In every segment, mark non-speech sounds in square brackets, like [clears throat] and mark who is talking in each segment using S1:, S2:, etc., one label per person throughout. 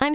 S1: I'm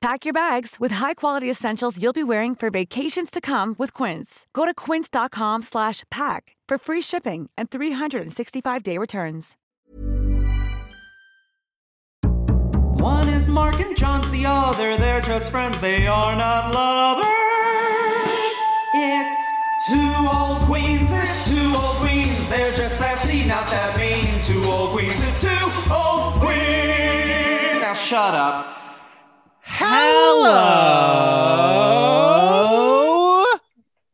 S2: Pack your bags with high-quality essentials you'll be wearing for vacations to come with Quince. Go to quince.com slash pack for free shipping and 365-day returns.
S3: One is Mark and John's the other. They're just friends, they are not lovers. It's two old queens, it's two old queens. They're just sassy, not that mean. Two old queens, it's two old queens. Now shut up.
S4: Hello.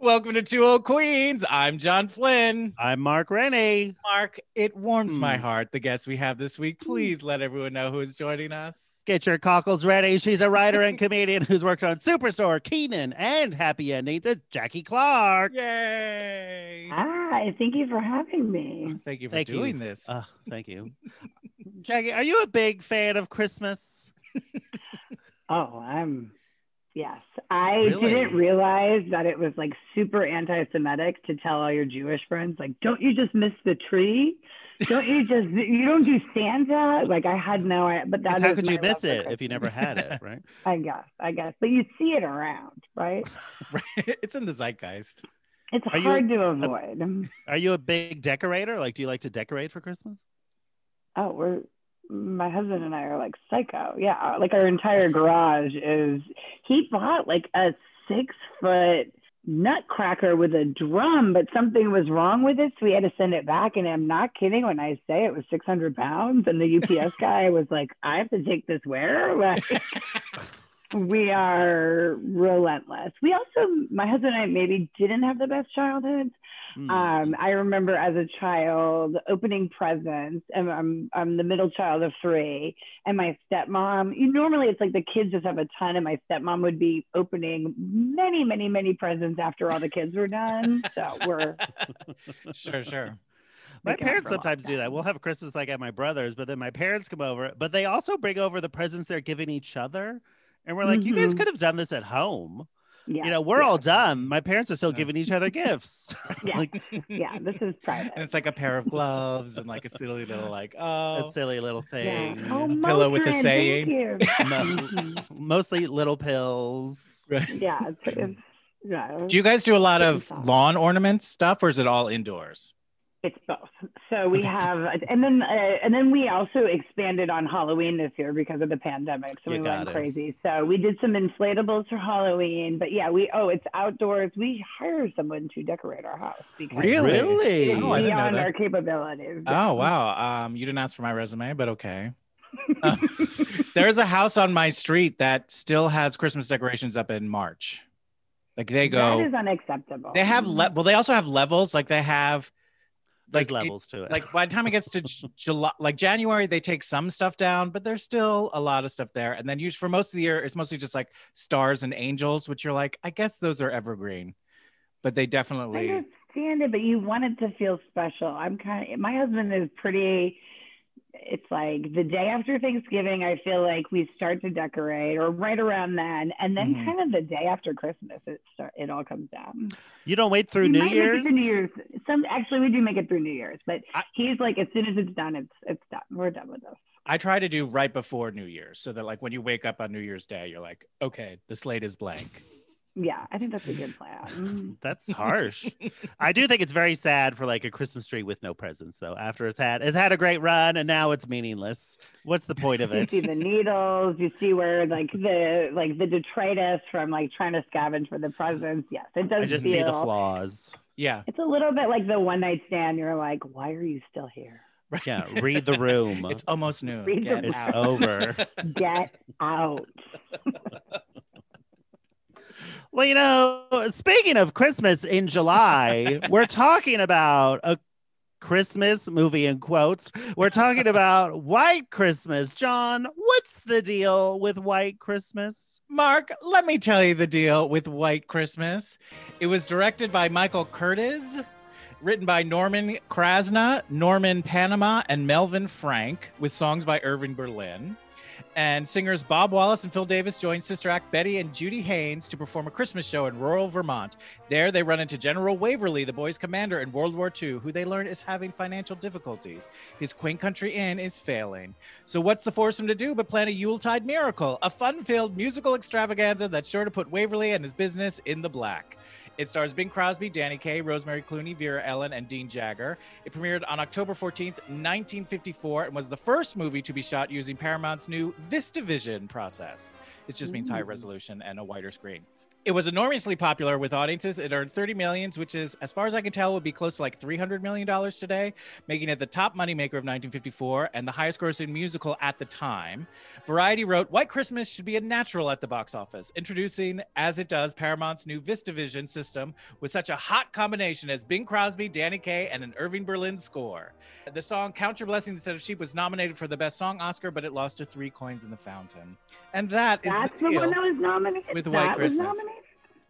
S4: Welcome to Two Old Queens. I'm John Flynn.
S5: I'm Mark Rennie.
S4: Mark, it warms my
S5: Hmm.
S4: heart. The guest we have this week. Please let everyone know who is joining us.
S5: Get your cockles ready. She's a writer and comedian who's worked on Superstore, Keenan, and Happy Ending to Jackie Clark.
S4: Yay!
S6: Hi, thank you for having me.
S4: Thank you for
S5: Thank you.
S4: doing this.
S5: Oh, thank you. Jackie, are you a big fan of Christmas?
S6: Oh, I'm yes. I
S5: Really?
S6: didn't realize that it was like super anti-Semitic to tell all your Jewish friends, like, don't you just miss the tree? Don't you just [laughs] you don't do Santa? Like I had no I but
S5: 'Cause
S6: that
S5: How
S6: is
S5: could
S6: my
S5: you
S6: love
S5: miss
S6: for
S5: it if you
S6: Christmas.
S5: never had it, right?
S6: I guess, I guess. But you see it around, right?
S4: [laughs] it's in the zeitgeist.
S6: It's
S5: Are you-
S6: hard to avoid.
S5: Are you a big decorator? Like, do you like to decorate for Christmas?
S6: oh, we're my husband and I are like psycho. Yeah, like our entire garage is. He bought like a six foot nutcracker with a drum, but something was wrong with it, so we had to send it back. And I'm not kidding when I say it was 600 pounds. And the UPS guy was like, "I have to take this where." [laughs] Like, we are relentless. We also, my husband and I, maybe didn't have the best childhoods.
S5: Hmm.
S6: Um, I remember as a child opening presents, and I'm I'm the middle child of three, and my stepmom. You, normally, it's like the kids just have a ton, and my stepmom would be opening many, many, many presents after all the kids were done. So
S4: [laughs]
S6: we're
S4: Sure, sure.
S5: My
S6: make it up
S5: parents
S6: for lost
S5: sometimes do that.
S6: time.
S5: We'll have Christmas like at my brother's, but then my parents come over, but they also bring over the presents they're giving each other. And we're like, you guys
S6: Mhm.
S5: could have done this at home.
S6: yeah,
S5: You know, we're
S6: yeah,
S5: all done. My parents are still
S4: Yeah.
S5: giving each
S6: [laughs]
S5: other gifts. [laughs]
S6: Yeah.
S5: like,
S6: yeah. This is private.
S4: [laughs] And it's like a
S6: [laughs]
S4: pair of gloves and like a silly little like oh
S5: a silly little
S6: yeah.
S5: thing.
S6: Oh,
S4: a pillow with a
S6: Motrin, thank
S4: saying.
S6: you.
S5: Mo-
S6: Mhm.
S5: mostly little pills.
S4: [laughs]
S6: yeah, it's, it's, yeah.
S4: Do you guys do a lot
S6: Pretty
S4: of
S6: soft.
S4: lawn ornament stuff or is it all indoors?
S6: It's both. So we have, and then uh, and then we also expanded on Halloween this year because of the pandemic. So
S5: You
S6: we
S5: got
S6: went
S5: it.
S6: crazy. So we did some inflatables for Halloween, but yeah, we oh, it's outdoors. We hire someone to decorate our house because
S4: Really?
S5: Really?
S6: it's
S4: Oh, I didn't know
S6: beyond
S4: that.
S6: [laughs] our capabilities.
S4: Oh wow. Um you didn't ask for my resume, but okay.
S6: [laughs]
S4: Uh, there's a house on my street that still has Christmas decorations up in March. Like they
S6: That is
S4: go
S6: unacceptable. Mm-hmm.
S4: they have le- well they also have levels like they have
S5: There's
S4: like it-
S5: levels to it.
S4: [laughs] like by the time it gets to J- July like January they take some stuff down but there's still a lot of stuff there and then usually for most of the year it's mostly just like stars and angels which you're like I guess those are evergreen but they
S6: I
S4: definitely
S6: understand it, but you want it to feel special. I'm kind of. My husband is pretty it's like the day after Thanksgiving, I feel like we start to decorate or right around then. And then
S5: Mhm.
S6: kind of the day after Christmas, it start, it all comes down.
S5: You don't wait through
S6: We
S5: New
S6: might make it
S5: Year's.
S6: through New Year's. Some actually we do make it through New Year's, but
S4: I-
S6: he's like, as soon as it's done, it's it's done. We're done with this.
S4: I try to do right before New Year's so that like when you wake up on New Year's Day, you're like, okay, the slate is blank.
S6: Yeah, I think that's a
S5: [laughs]
S6: good plan.
S5: That's harsh. I do think it's very sad for like a Christmas tree with no presents, though. After it's had it's had a great run and now it's meaningless. What's the point of
S6: you
S5: it?
S6: [laughs] see the needles. You see where like the like the detritus from like trying to scavenge for the presents. Yes, it does
S5: I just
S6: feel.
S5: see the flaws.
S4: Yeah.
S6: It's a little bit like the one night stand. You're like, why are you still here?
S4: Right.
S5: Yeah, read the room.
S4: [laughs] It's almost noon.
S6: Read the
S4: Get
S6: room.
S5: It's
S4: out.
S5: over.
S6: Get
S4: [laughs]
S6: out.
S5: Well, you know, speaking of Christmas in July, we're talking about a Christmas movie in quotes. We're talking about White Christmas. John, what's the deal with White Christmas?
S4: Mark, let me tell you the deal with White Christmas. It was directed by Michael Curtiz, written by Norman Krasna, Norman Panama, and Melvin Frank, with songs by Irving Berlin. And singers Bob Wallace and Phil Davis join sister act Betty and Judy Haynes to perform a Christmas show in rural Vermont. There, they run into General Waverly, the boys' commander in World War II, who they learn is having financial difficulties. His quaint country inn is failing. So, what's the foursome to do but plan a Yuletide miracle, a fun filled musical extravaganza that's sure to put Waverly and his business in the black? It stars Bing Crosby, Danny Kaye, Rosemary Clooney, Vera Ellen, and Dean Jagger. It premiered on October 14th, 1954, and was the first movie to be shot using Paramount's new VistaVision process. It just means high
S6: Mm.
S4: resolution and a wider screen. It was enormously popular with audiences. It earned 30 millions, which is, as far as I can tell, would be close to like 300 million dollars today, making it the top moneymaker of 1954 and the highest-grossing musical at the time. Variety wrote, "White Christmas should be a natural at the box office, introducing, as it does, Paramount's new VistaVision system with such a hot combination as Bing Crosby, Danny Kaye, and an Irving Berlin score." The song "Count Your Blessings Instead of Sheep" was nominated for the Best Song Oscar, but it lost to Three Coins in the Fountain. And that is
S6: That's
S4: the
S6: the,
S4: deal.
S6: one that was nominated.
S4: with
S6: that
S4: White
S6: was
S4: Christmas.
S6: nominated.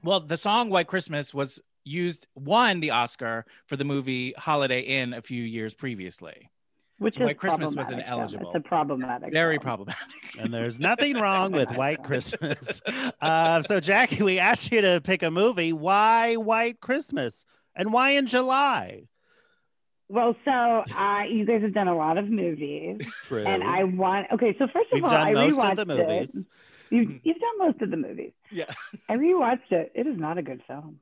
S4: Well, the song White Christmas was used, won the Oscar for the movie Holiday Inn a few years previously.
S6: Which
S4: White
S6: is
S4: Christmas was
S6: problematic, though.
S4: ineligible.
S6: It's a problematic.
S4: Very
S6: film.
S4: problematic.
S5: And there's nothing wrong
S4: [laughs]
S5: with White Christmas. Uh, so, Jackie, we asked you to pick a movie. Why White Christmas? And why in July?
S6: Well, so uh, you guys have done a lot of movies,
S5: True.
S6: and I want. Okay, so first of
S5: We've
S6: all,
S5: done
S6: I
S5: most
S6: rewatched
S5: of the movies.
S6: It.
S4: Mm.
S6: You've, you've done most of the movies.
S4: Yeah.
S6: I rewatched it. It is not a good film.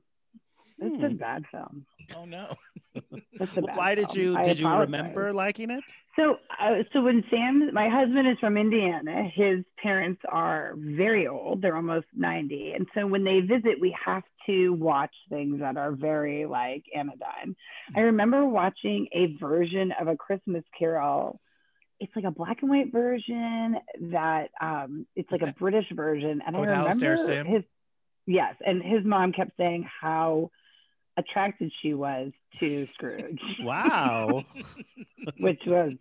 S6: It's a
S5: Hmm.
S6: bad film.
S5: [laughs]
S4: Oh no.
S6: It's a bad
S5: Why did
S6: film.
S5: you
S6: I
S5: did you
S6: apologize.
S5: remember liking it?
S6: So, uh, so when Sam, my husband is from Indiana, his parents are very old. They're almost 90. And so when they visit, we have to watch things that are very like anodyne. I remember watching a version of A Christmas Carol. It's like a black and white version that um, it's like a British version. And I
S4: With
S6: remember
S4: Alistair Sim?
S6: his, yes. And his mom kept saying how attracted she was to Scrooge [laughs]
S5: Wow.
S6: which was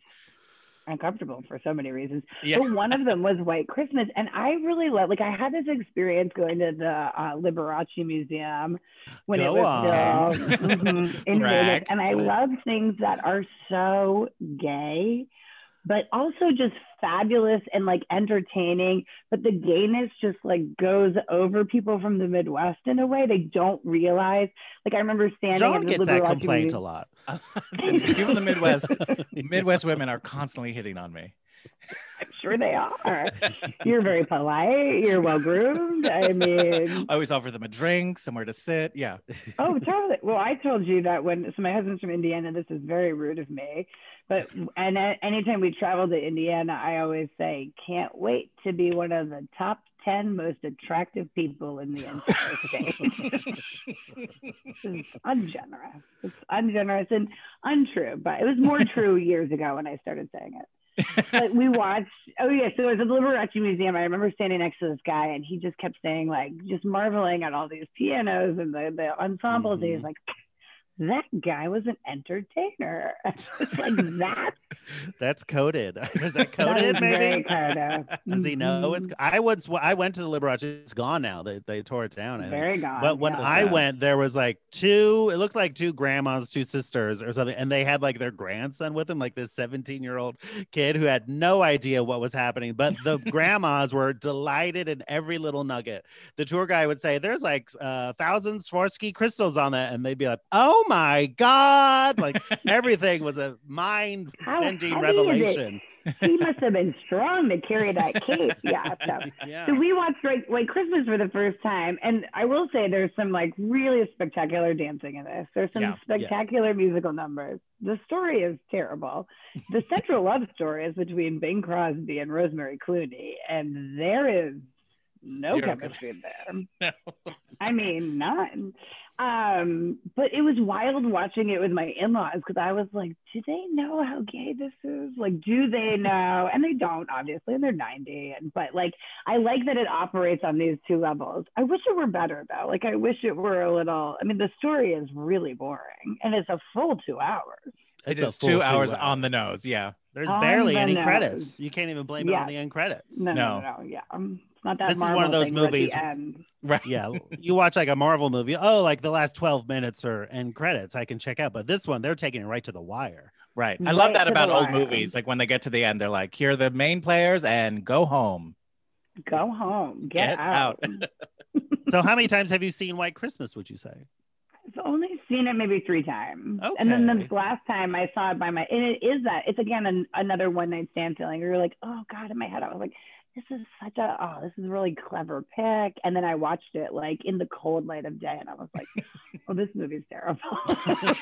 S6: uncomfortable for so many reasons.
S4: Yeah.
S6: But one of them was White Christmas, and I really love. Like I had this experience going to the uh, Liberace Museum when
S5: Go
S6: it was
S5: on. [laughs]
S6: still mhm, in
S4: Brag.
S6: Vegas, and I love things that are so gay. But also just fabulous and like entertaining. But the gayness just like goes over people from the Midwest in a way they don't realize. Like I remember standing.
S5: John
S6: in the
S5: gets that
S6: Liberace
S5: complaint
S6: Museum-
S5: a lot.
S4: People in
S5: [laughs]
S4: the Midwest, Midwest women are constantly hitting on me.
S6: Sure, they are. You're very polite. You're well groomed. I mean,
S4: [laughs] I always offer them a drink, somewhere to sit. Yeah.
S5: [laughs]
S6: oh, totally. Well, I told you that when, so my husband's from Indiana. This is very rude of me. But, and a- anytime we travel to Indiana, I always say, can't wait to be one of the top 10 most attractive people in the entire
S4: [laughs]
S6: state. It's ungenerous. It's ungenerous and untrue, but it was more true years ago when I started saying it. But we watched. Oh yeah, so it was at the Liberace Museum. I remember standing next to this guy, and he just kept saying like, just marveling at all these pianos and the the ensembles.
S5: Mm-hmm. [laughs]
S6: [laughs] And he was like, that guy was an entertainer. It's like that's
S5: That's coded. [laughs] Is that
S6: That
S5: coded?
S6: is very
S5: maybe.
S6: Coda.
S5: Does he know it's?
S6: Mhm.
S5: I once I went to the Liberace. It's gone now. They they tore it down. I think.
S6: very gone?
S5: But when
S6: yeah.
S5: I
S4: sad.
S5: went, there was like two, it looked like two grandmas, two sisters or something. And they had like their grandson with them, like this 17 year old kid who had no idea what was happening. But the grandmas were delighted in every little nugget. The tour guy would say, There's like uh, thousand Swarovski crystals on that. And they'd be like, Oh my God. Like everything was a mind
S6: How
S5: bending
S6: heavy is it?
S5: revelation.
S6: he must have been strong to carry
S5: [laughs]
S6: that cake. Yeah.
S4: [laughs]
S6: So.
S5: yeah.
S6: So we watched White, White Christmas for the first time, and I will say there's some like really spectacular dancing in this. There's some
S5: Yeah, yes.
S6: spectacular musical numbers. The story is terrible.
S5: [laughs]
S6: The central love story is between Bing Crosby and Rosemary Clooney, and there is no
S4: Zero
S6: chemistry there. I mean, none. Um, but it was wild watching it with my in-laws because I was like, do they know how gay this is? Like, do they know? And they don't, obviously, and they're 90. And but like I like that it operates on these two levels. I wish it were better though. Like I wish it were a little I mean, the story is really boring and it's a full two hours.
S5: It's
S4: it
S5: a
S4: is
S5: full
S4: two hours on the
S5: hours.
S4: nose. Yeah.
S5: There's
S6: On
S5: barely
S6: the
S5: any
S6: nose.
S5: credits. You can't even blame it
S6: Yeah.
S5: on the end credits.
S6: No, no, no, no,
S4: No.
S6: yeah. Um, It's not that
S5: This is one of
S6: Marvel
S5: those
S6: thing, but at the
S5: movies-
S6: end.
S4: Right.
S5: yeah you watch like a marvel movie oh like the last 12 minutes or end credits i can check out but this one they're taking it right to the wire
S4: Right. I love
S6: Right
S4: that
S6: to the
S4: about old
S6: wire.
S4: movies. Like when they get to the end, they're like, here are the main players and go home.
S6: Go home. Get,
S4: Get
S6: out.
S4: out.
S6: [laughs]
S4: [laughs]
S5: so how many times have you seen white christmas would you say
S6: I've only seen it maybe three times. And then
S5: Okay.
S6: the last time I saw it by my, and it is that, it's again an, another one night stand feeling. You're like, oh God, in my head, I was like, this is such a, oh, this is a really clever pick. And then I watched it like in the cold light of day and I
S4: [laughs]
S6: was like, oh, this movie's terrible. [laughs]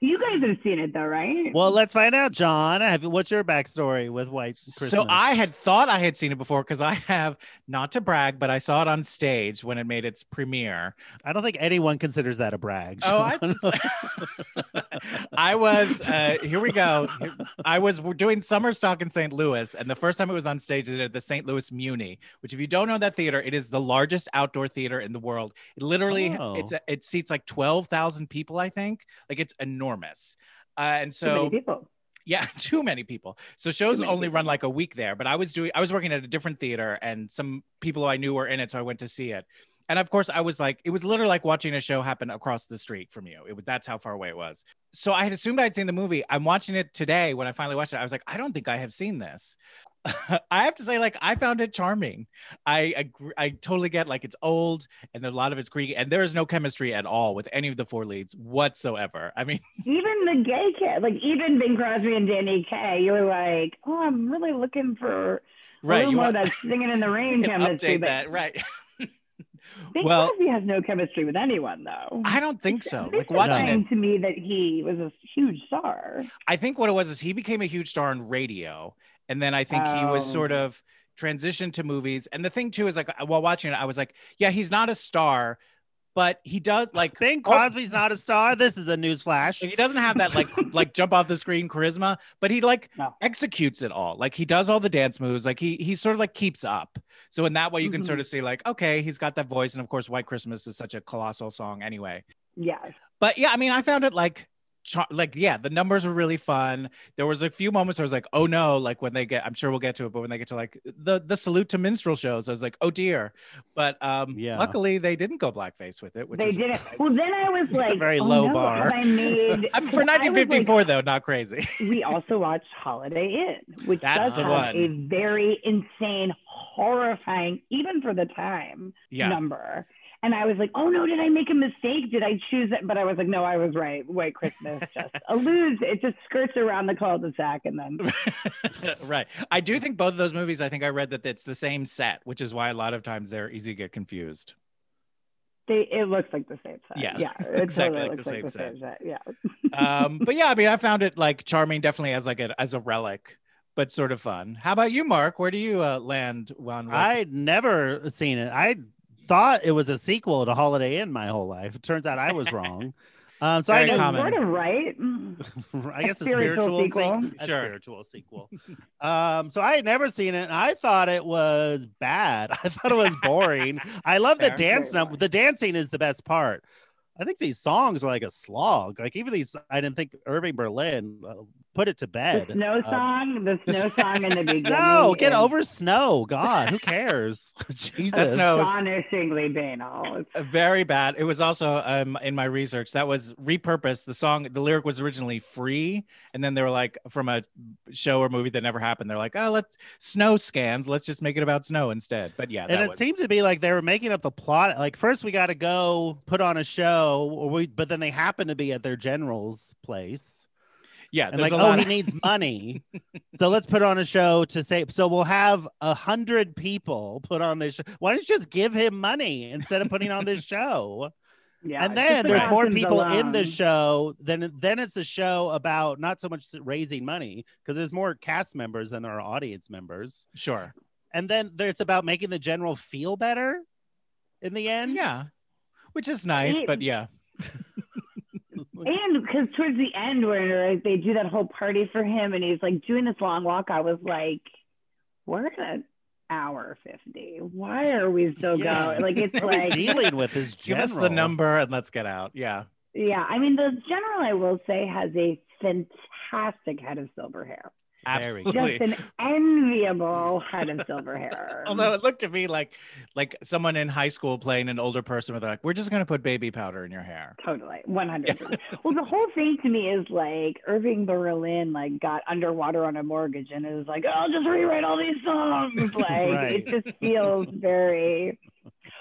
S6: you guys have seen it though, right?
S5: well let's find out john have what's your backstory with white christmas
S4: So I had thought I had seen it before because I have, not to brag, but I saw it on stage when it made its premiere.
S5: i don't think anyone considers that a brag
S4: Oh, I
S5: John.
S4: think so.
S5: [laughs]
S4: I was uh, here. We go. Here- I was we're doing summer stock in St. Louis, and the first time it was on stage, they did the St. Louis Muni, which, if you don't know that theater, it is the largest outdoor theater in the world. It literally,
S5: Oh.
S4: it's it seats like twelve thousand people, I think. Like it's enormous. Uh, and
S6: Too many
S4: so
S6: people.
S4: yeah, [laughs] too many people. So shows
S6: many
S4: only
S6: people.
S4: run like a week there, but I was doing I was working at a different theater and some people I knew were in it, so I went to see it. And of course, I was like, it was literally like watching a show happen across the street from you. It was that's how far away it was. So I had assumed I'd seen the movie. I'm watching it today. When I finally watched it, I was like, I don't think I have seen this. [laughs] I have to say, like, I found it charming. I agree, I totally get like it's old and there's a lot of it's Greek, and there is no chemistry at all with any of the four leads whatsoever. I mean,
S6: Even the gay kid, like even Bing Crosby and Danny Kaye, you were like, oh, I'm really looking for a
S4: right?
S6: little
S4: You
S6: more
S4: want-
S6: of that singing in the rain
S4: [laughs] you can
S6: chemistry.
S4: update
S6: but
S4: that, right? [laughs]
S6: Big
S4: Well-
S6: Crosby has no chemistry with anyone, though.
S4: I don't think so. Like
S5: No.
S4: watching it,
S6: to me that he was a huge star.
S4: I think what it was is he became a huge star on radio, and then I think he was sort
S6: Oh.
S4: of transitioned to movies. And the thing too is like while watching it, I was like, yeah, he's not a star, but he does
S6: [laughs]
S4: like
S5: bing
S4: all-
S5: crosby's not a star this is a news flash
S4: He doesn't have
S6: [laughs]
S4: that like like jump off the screen charisma, but he like
S6: No.
S4: executes it all. Like he does all the dance moves. Like he he sort of like keeps up. So in that way, you can
S6: Mm-hmm.
S4: sort of see like okay, he's got that voice, and of course, White Christmas is such a colossal song anyway.
S6: Yes.
S4: but yeah, I mean, I found it like, char- like yeah, the numbers were really fun. There was a few moments where I was like, oh no, like when they get, I'm sure we'll get to it, but when they get to like the the salute to minstrel shows, I was like, oh dear. But um,
S5: Yeah.
S4: luckily they didn't go blackface with it, which
S6: they
S4: is [laughs]
S6: didn't. Well, then I was like,
S5: very
S6: oh,
S5: low
S6: no,
S5: bar.
S6: have I made,
S4: I'm for
S6: because I was like,
S4: 1954 though, not crazy. [laughs]
S6: we also watched Holiday Inn, which
S4: That's
S6: does
S5: the
S6: have
S4: one.
S6: a very insane, horrifying, even for the time,
S4: yeah,
S6: number. And I was like, oh no, did I make a mistake? Did I choose it? But I was like, no, I was right. White Christmas
S4: [laughs]
S6: just alludes. It just skirts around the cul-de-sac and then
S4: right. I do think both of those movies. I think I read that it's the same set, which is why a lot of times they're easy to get confused.
S6: They, it looks like the same set.
S4: Yeah,
S6: Yeah,
S5: [laughs]
S6: it
S4: exactly
S6: totally
S4: like
S6: looks
S4: the
S6: like the
S4: same
S6: same set. Yeah.
S4: Um, but yeah, I mean, I found it like charming, definitely as like a as a relic. But sort of fun. How about you, Mark? Where do you uh, land on? White
S5: I'd never seen it. I thought it was a sequel to Holiday Inn my whole life. It turns out I was
S4: [laughs]
S5: wrong. Um, so
S4: Very
S5: I know
S4: common.
S6: Sort of right.
S5: [laughs]
S6: Mm.
S5: I guess a spiritual,
S6: spiritual
S5: sequel.
S6: sequel.
S5: a
S4: Sure.
S5: spiritual sequel. um, so I had never seen it. And I thought it was bad. [laughs] I thought it was boring. I love the
S4: Fair.
S5: dance.
S6: Very
S5: num-
S6: boring.
S5: the dancing is the best part. I think these songs are like a slog. Like even these, I didn't think Irving Berlin uh, put it to bed.
S6: The snow
S5: Um,
S6: song, the
S4: this-
S6: snow song in the
S5: [laughs]
S6: beginning.
S5: no, get
S6: is
S5: over snow. God, who
S4: [laughs]
S5: cares? [laughs] Jesus.
S4: That's no- snows.
S6: Astonishingly banal. It's-
S4: Very bad. It was also um, in my research that was repurposed. The song, the lyric was originally free, and then they were like from a show or movie that never happened. They're like, oh, let's snow scans. Let's just make it about snow instead. But yeah, that
S5: and it
S4: was-
S5: seemed to be like they were making up the plot. Like first we got to go put on a show, or we, but then they happened to be at their general's place,
S4: yeah.
S5: and
S4: There's
S5: like,
S4: a
S5: oh,
S4: lot.
S5: he
S4: of- [laughs]
S5: needs money, so let's put on a show to save. So we'll have a hundred people put on this. Show. Why don't you just give him money instead of putting on
S4: [laughs]
S5: this show?
S6: yeah,
S5: and
S6: just
S5: then
S6: the
S5: there's more
S6: costumes
S5: people in the
S6: alone.
S5: show than then it's a show about not so much raising money because there's more cast members than there are audience members
S4: sure.
S5: and then there, it's about making the general feel better in the end
S4: Yeah, which is nice,
S6: It-
S4: but yeah,
S6: And because towards the end, where like, they do that whole party for him, and he's like doing this long walk, I was like, "We're at an hour fifty. Why are we still
S5: Yeah. [laughs]
S6: going?" Like it's
S5: What we're
S6: like,
S5: dealing with is
S4: give
S5: general.
S4: us the number and let's get out. Yeah.
S6: yeah. I mean, the general, I will say, has a fantastic head of silver hair.
S5: Very good.
S6: Just
S4: Absolutely.
S6: an enviable head of silver hair.
S4: [laughs] Although it looked to me like like someone in high school playing an older person with like, we're just gonna put baby powder in your hair.
S6: Totally, one hundred. percent
S4: [laughs]
S6: Well, the whole thing to me is like Irving Berlin like got underwater on a mortgage and is like, I'll just rewrite all these songs.
S4: [laughs]
S6: Like
S5: Right.
S6: it just feels very.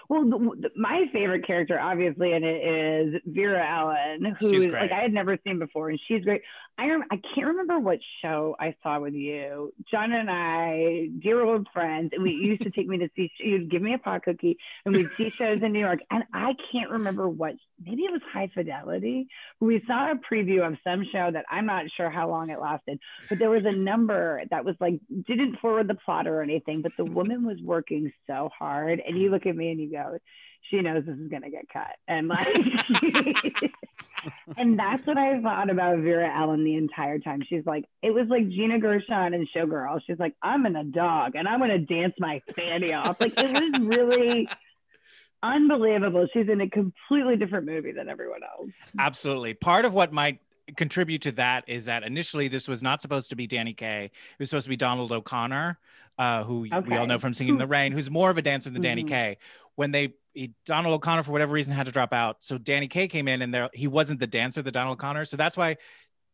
S6: Well, the, the, my favorite character, obviously, in it is Vera Allen, who
S4: She's
S6: is,
S4: great.
S6: like I had never seen before, and she's great. I rem- I can't remember what show I saw with you. John and I, dear old friends, and we you used to take me to see. [laughs] You'd give me a pot cookie, and we'd see shows in New York. And I can't remember what. Maybe it was High Fidelity. We saw a preview of some show that I'm not sure how long it lasted, but there was a number that was like didn't forward the plot or anything. But the woman was working so hard, and you look at me and you go, "She knows this is gonna get cut," and like. [laughs] And that's what I thought about Vera Allen the entire time. She's like, it was like Gina Gershon and Showgirl. She's like, I'm in a dog and I'm gonna dance my fanny off. Like it was really unbelievable. She's in a completely different movie than everyone else.
S4: Absolutely. Part of what might contribute to that is that initially this was not supposed to be Danny Kaye. It was supposed to be Donald O'Connor, uh, who we all
S6: Okay.
S4: know from Singing in the Rain, who's more of a dancer than Danny
S6: Mhm.
S4: Kaye. When they he, Donald O'Connor for whatever reason had to drop out, so Danny Kaye came in and there he wasn't the dancer that Donald O'Connor. So that's why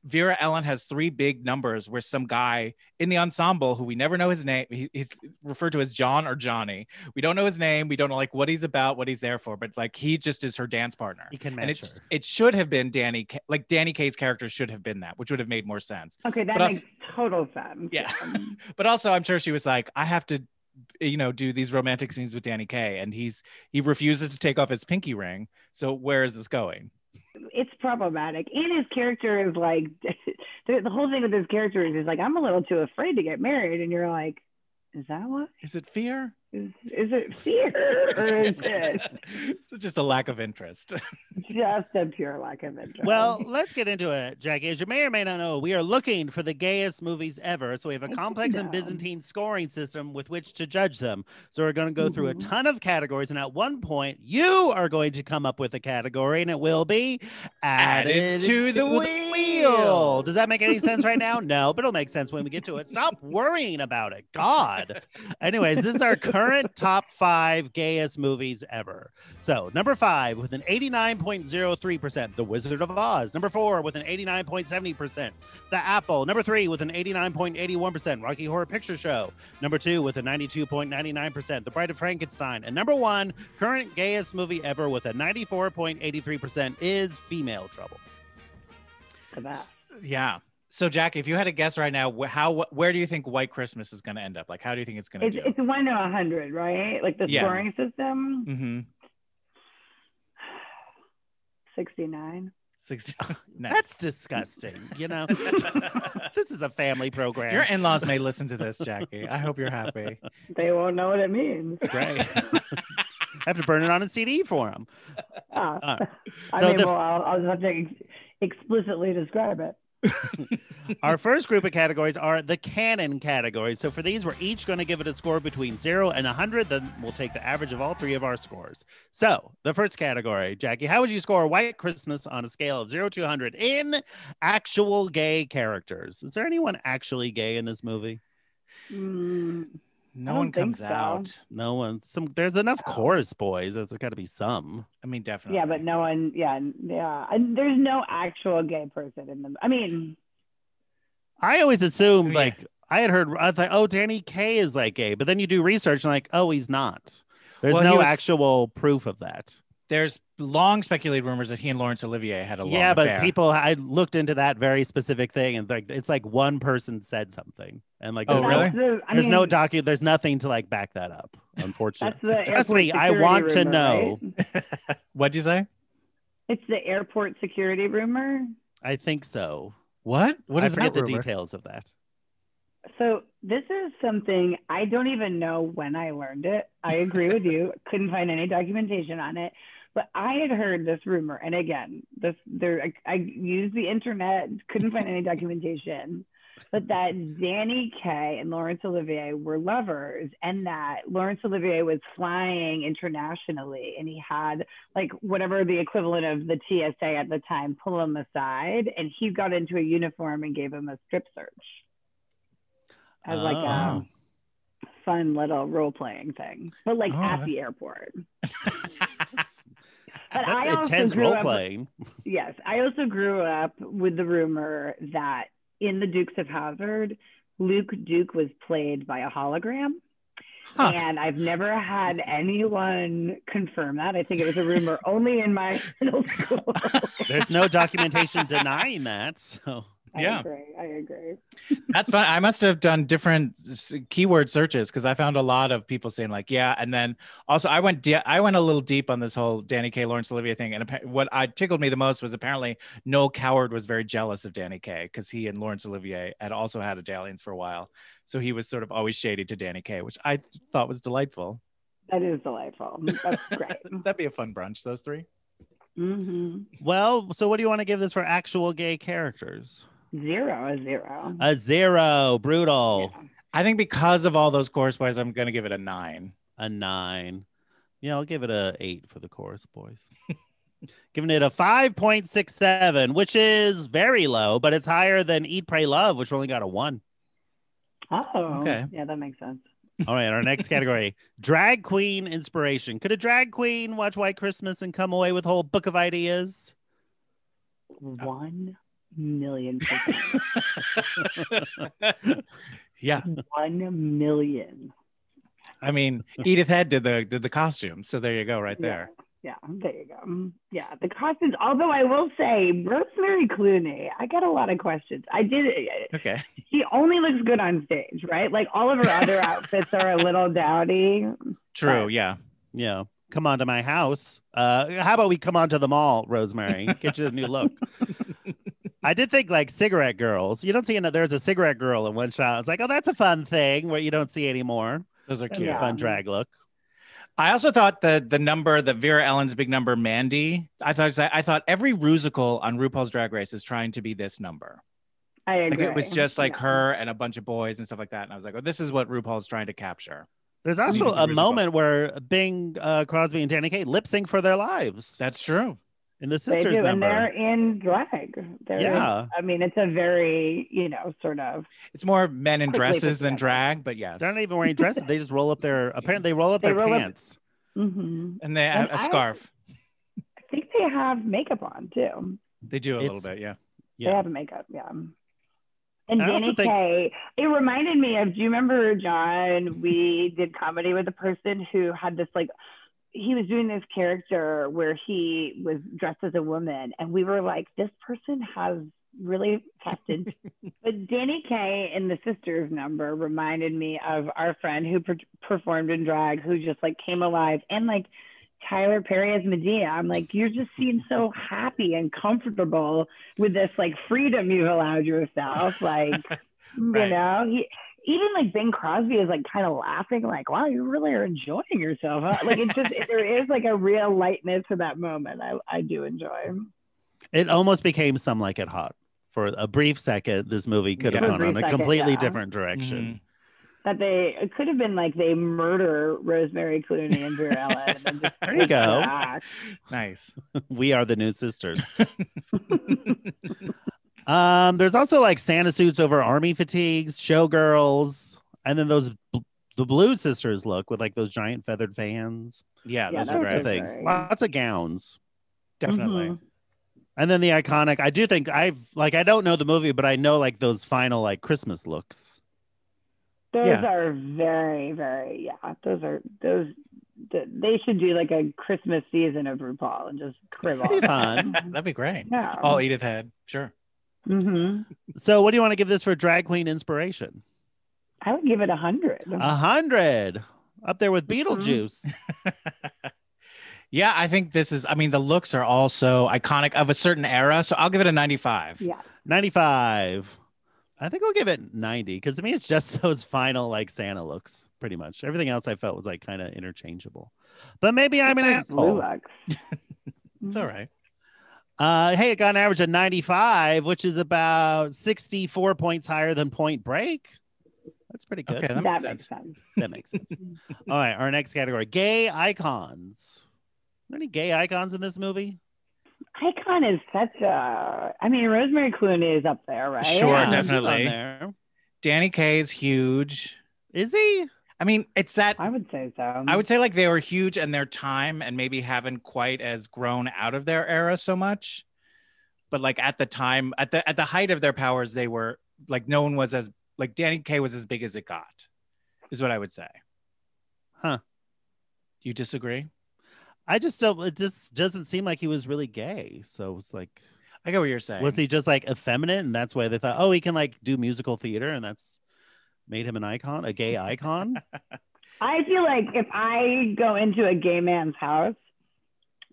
S4: Vera Ellen has three big numbers where some guy in the ensemble who we never know his name, he, he's referred to as John or Johnny. We don't know his name. We don't know like what he's about, what he's there for, but like he just is her dance partner
S5: you can
S4: and
S5: match
S4: it,
S5: her
S4: it should have been Danny, K- like Danny Kaye's character should have been that, which would have made more sense.
S6: Okay, that
S4: But
S6: makes total sense.
S4: Yeah. [laughs] but also, I'm sure she was like, I have to, you know, do these romantic scenes with Danny Kaye, and he's he refuses to take off his pinky ring. So where is this going?
S6: It's problematic. And his character is like [laughs] the, the whole thing with his character is he's like, I'm a little too afraid to get married. And you're like, is that what?
S4: Is it fear?
S6: Is, is it fear or is it
S4: [laughs] It's just a lack of interest. [laughs]
S6: just a pure lack of interest?
S5: [laughs] well, let's get into it, Jackie. As you may or may not know, we are looking for the gayest movies ever. So we have a
S6: I didn't
S5: complex and
S6: know.
S5: Byzantine scoring system with which to judge them. So we're going to go through a
S6: Mhm.
S5: ton of categories. And at one point, you are going to come up with a category, and it will be
S4: Added to the wheel.
S5: Does that make any sense right now? No, but it'll make sense when we get to it. Stop worrying about it. God. Anyways, this is our current top five gayest movies ever. So number five with an 89.03%, The Wizard of Oz. Number four with an 89.70%, The Apple. Number three with an 89.81%, Rocky Horror Picture Show. Number two with a 92.99%, The Bride of Frankenstein. And number one, current gayest movie ever with a 94.83% is Female Trouble.
S6: to that.
S4: yeah. So Jackie, if you had a guess right now, wh- how wh- where do you think White Christmas is going to end up? Like, how do you think it's going to
S6: It's,
S4: do?
S6: it's one to a hundred, right? Like the
S4: Yeah.
S6: scoring system,
S4: mm-hmm.
S6: sixty-nine.
S4: [laughs] Sixty.
S6: Oh,
S5: That's disgusting. You know, [laughs] this is a family program.
S4: Your in-laws may listen to this, Jackie. I hope
S6: [laughs]
S4: you're happy.
S6: They won't know what it means.
S4: [laughs]
S5: Right. I have to burn it on a CD for him.
S6: Ah.
S5: [laughs] Uh,
S6: I
S5: so
S6: mean,
S5: the-
S6: well, I'll, I'll just have to ex- explicitly describe it.
S5: Our first group of categories are the canon categories. So for these, we're each going to give it a score between zero and 100. Then we'll take the average of all three of our scores. So the first category, Jackie, how would you score White Christmas on a scale of zero to 100 in actual gay characters? Is there anyone actually gay in this movie?
S6: Mm,
S4: No
S6: don't
S4: one
S6: think
S4: comes
S6: so.
S4: out.
S5: No one. Some. There's enough chorus boys. There's got to be some.
S4: I mean, definitely.
S6: yeah, but no one. Yeah, n- yeah. And there's no actual gay person in them. I mean,
S5: I always assumed
S4: yeah.
S5: like I had heard. I thought, oh, Danny Kaye is like gay, but then you do research and like, oh, he's not. There's
S4: Well, he
S5: no
S4: was-
S5: actual proof of that.
S4: There's long speculated rumors that he and Laurence Olivier had a long
S5: Yeah, but
S4: affair.
S5: people, I looked into that very specific thing, and like, it's like one person said something, and like,
S4: Oh,
S5: there's, no-
S4: really?
S6: that's the- I
S5: there's no
S6: mean,
S5: docu, there's nothing to like back that
S6: [laughs]
S5: up,
S6: That's
S5: unfortunately.
S6: the
S5: Trust
S6: airport
S5: me, I
S6: security
S5: want to
S6: rumor,
S5: know.
S6: right?
S4: [laughs] What'd you say?
S6: It's the airport security rumor.
S5: I think so.
S4: What? What
S5: I
S4: is
S5: forget
S4: that
S5: the
S4: rumor?
S5: details of that.
S6: So this is something I don't even know when I learned it. I agree with you. Couldn't find any documentation on it, but I had heard this rumor. And again, this there I, I used the internet. Couldn't find any documentation, but that Danny Kaye and Laurence Olivier were lovers, and that Laurence Olivier was flying internationally, and he had like whatever the equivalent of the TSA at the time pull him aside, and he got into a uniform and gave him a strip search as like a [laughs] fun little role playing thing, but like
S4: Oh,
S6: at
S4: that's-
S6: the airport.
S5: That's
S6: But I also
S5: intense
S6: grew up-
S5: role playing.
S6: Yes, I also grew up with the rumor that in the Dukes of Hazard, Luke Duke was played by a hologram.
S4: Huh.
S6: And I've never had anyone confirm that. I think it was a
S4: [laughs]
S6: rumor only in my middle school.
S5: There's no
S6: [laughs]
S5: documentation denying that. So
S4: Yeah.
S6: I agree. I agree.
S4: That's fun. I must have done different s- keyword searches because I found a lot of people saying like, yeah, and then also I went de- I went a little deep on this whole Danny Kaye Lawrence Olivier thing, and appa- what I tickled me the most was apparently Noel Coward was very jealous of Danny Kaye because he and Lawrence Olivier had also had Italians for a while, so he was sort of always shady to Danny Kaye, which I thought was delightful.
S6: That is delightful. That's great.
S4: [laughs] That'd be a fun brunch. Those three.
S6: hmm
S5: well, so what do you want to give this for actual gay characters?
S6: Zero is zero.
S4: Uh,
S5: A zero, brutal.
S6: Yeah.
S4: I think because of all those chorus boys, I'm gonna give it a nine. [laughs]
S5: a nine. Yeah, I'll give it a eight for the chorus boys. [laughs] Giving it a five point six seven, which is very low, but it's higher than Eat, Pray, Love, which only got a one.
S6: Oh,
S4: Okay.
S6: yeah, that makes sense.
S5: All right, our next category: drag queen inspiration. Could a drag queen watch White Christmas and come away with a whole book of ideas?
S4: Uh.
S6: One million percent.
S4: [laughs] yeah,
S6: One million.
S4: I mean Edith Head did the did the costume, so there you go, right there.
S6: Yeah, yeah, there you go. Mm, Yeah, the costumes. Although I will say, Rosemary Clooney, I got a lot of questions. I did.
S4: Okay.
S6: She only looks good on stage, right? Like all of her
S4: [laughs]
S6: other outfits are a little dowdy.
S4: True. Yeah.
S5: Yeah, come on to my house. Uh, how about we come on to the mall, Rosemary? Get you a new look. I did think like cigarette girls. You don't see another. There's a cigarette girl in one shot. It's like, oh, that's a fun thing where you don't see anymore.
S4: Those are
S5: That's
S4: cute.
S5: a fun drag look.
S4: I also thought the the number, the Vera Ellen's big number, Mandy. I thought I thought every rusical on RuPaul's Drag Race is trying to be this number.
S6: I
S4: Like
S6: agree.
S4: it was just like
S6: Yeah.
S4: her and a bunch of boys and stuff like that. And I was like, oh, this is what RuPaul's trying to capture.
S5: There's
S4: need
S5: also
S4: to
S5: a
S4: do is
S5: moment where Bing uh, Crosby and Danny Kaye lip sync for their lives
S4: That's true.
S5: in the
S6: They
S5: sisters
S6: do, and they're
S5: number.
S6: in drag. They're in-
S5: Yeah.
S6: I mean, it's a very, you know, sort of.
S4: It's more men in
S6: Quickly
S4: dresses than
S6: discuss.
S4: drag, but yes.
S5: They're not even wearing dresses. They just roll up
S6: [laughs]
S5: their apparently they roll up
S6: They
S5: their
S6: roll up-
S5: pants.
S6: hmm
S4: And they
S6: And
S4: have a
S6: I-
S4: scarf.
S6: I think they have makeup on too.
S4: They do a little
S5: It's-
S6: [laughs]
S4: bit, yeah.
S6: They
S5: Yeah.
S6: have makeup, yeah. And
S5: I also
S6: Danny
S5: think-
S6: Kaye, it reminded me of. Do you remember
S5: [laughs]
S6: John? We did comedy with a person who had this like, he was doing this character where he was dressed as a woman, and we were like, this person has really tested. but Danny Kaye in the sisters number reminded me of our friend who per- performed in drag, who just like came alive, and like Tyler Perry as Medea. I'm like, you just seem so happy and comfortable with this like freedom you've allowed yourself. Like,
S4: Right.
S6: you know, he, even like Bing Crosby is like kind of laughing, like, wow, you really are enjoying yourself. Huh? Like, it just, [laughs] there is like a real lightness to that moment. I, I do enjoy.
S5: It almost became some like it hot. for a brief second, this movie could have
S4: Yeah.
S5: gone
S6: For a
S5: on
S6: brief
S5: a
S6: second,
S5: completely
S6: yeah.
S5: different direction.
S6: That they it could have been like they murder Rosemary Clooney and Vera Ellen. And then just
S4: [laughs]
S5: There you go.
S6: back.
S4: Mm-hmm. Nice.
S5: [laughs] we are the new sisters. [laughs] um, there's also like Santa suits over army fatigues, showgirls, and then those bl- the blue sisters look with like those giant feathered fans,
S4: Yeah,
S6: Yeah,
S4: those
S6: that's
S4: are
S5: sorts
S4: great.
S5: of
S6: right.
S5: things,
S6: Very-
S5: lots of gowns.
S4: Definitely.
S6: Mhm.
S5: And then the iconic, I do think I've like I don't know the movie, but I know like those final like Christmas looks.
S6: Those
S5: Yeah.
S6: are very, very yeah. Those are those. th- They should do like a Christmas season of RuPaul and just crib
S4: [laughs]
S6: all.
S5: That'd be
S6: [laughs]
S5: fun.
S4: That'd be great.
S6: Yeah.
S4: Oh, Edith Head. Sure.
S6: hmm
S5: So what do you want to give this for drag queen inspiration?
S6: I would give it a hundred.
S4: Uh,
S5: A hundred. Up there with Beetlejuice.
S4: yeah, I think this is, I mean, the looks are all so iconic of a certain era. So I'll give it a 95.
S6: yeah.
S5: 95. I think I'll give it 90 because to me it's just [laughs] those final like Santa looks pretty much. Everything else I felt was like kind of interchangeable. But maybe I'm an
S6: Like Blue
S5: asshole.
S6: Lux.
S4: Oh. [laughs] It's all right.
S5: Uh, hey, it got an average of 95, which is about 64 points higher than Point Break. That's pretty good.
S4: Okay, that,
S6: Mm-hmm. That,
S4: makes
S6: makes
S4: sense.
S6: sense.
S5: That makes sense. All right, our next category: gay icons. Are there any gay icons in this movie?
S6: Icon is such a. I mean, Rosemary Clooney is up there, right?
S4: Sure,
S5: Yeah,
S4: definitely.
S5: she's on there.
S4: Danny Kaye is huge.
S5: Is he?
S4: I mean, it's that
S6: I would say so.
S4: I would say like they were huge in their time and maybe haven't quite as grown out of their era so much. But like at the time, at the at the height of their powers, they were like no one was as like Danny Kaye was as big as it got, is what I would say.
S5: Huh.
S4: Do you disagree?
S5: I just don't. It just doesn't seem like he was really gay. So it's like,
S4: I get what you're saying. [laughs]
S5: was he just like effeminate, and that's why they thought, oh, he can like do musical theater, and that's made him an icon, a gay
S4: [laughs]
S5: icon.
S6: I feel like if I go into a gay man's house,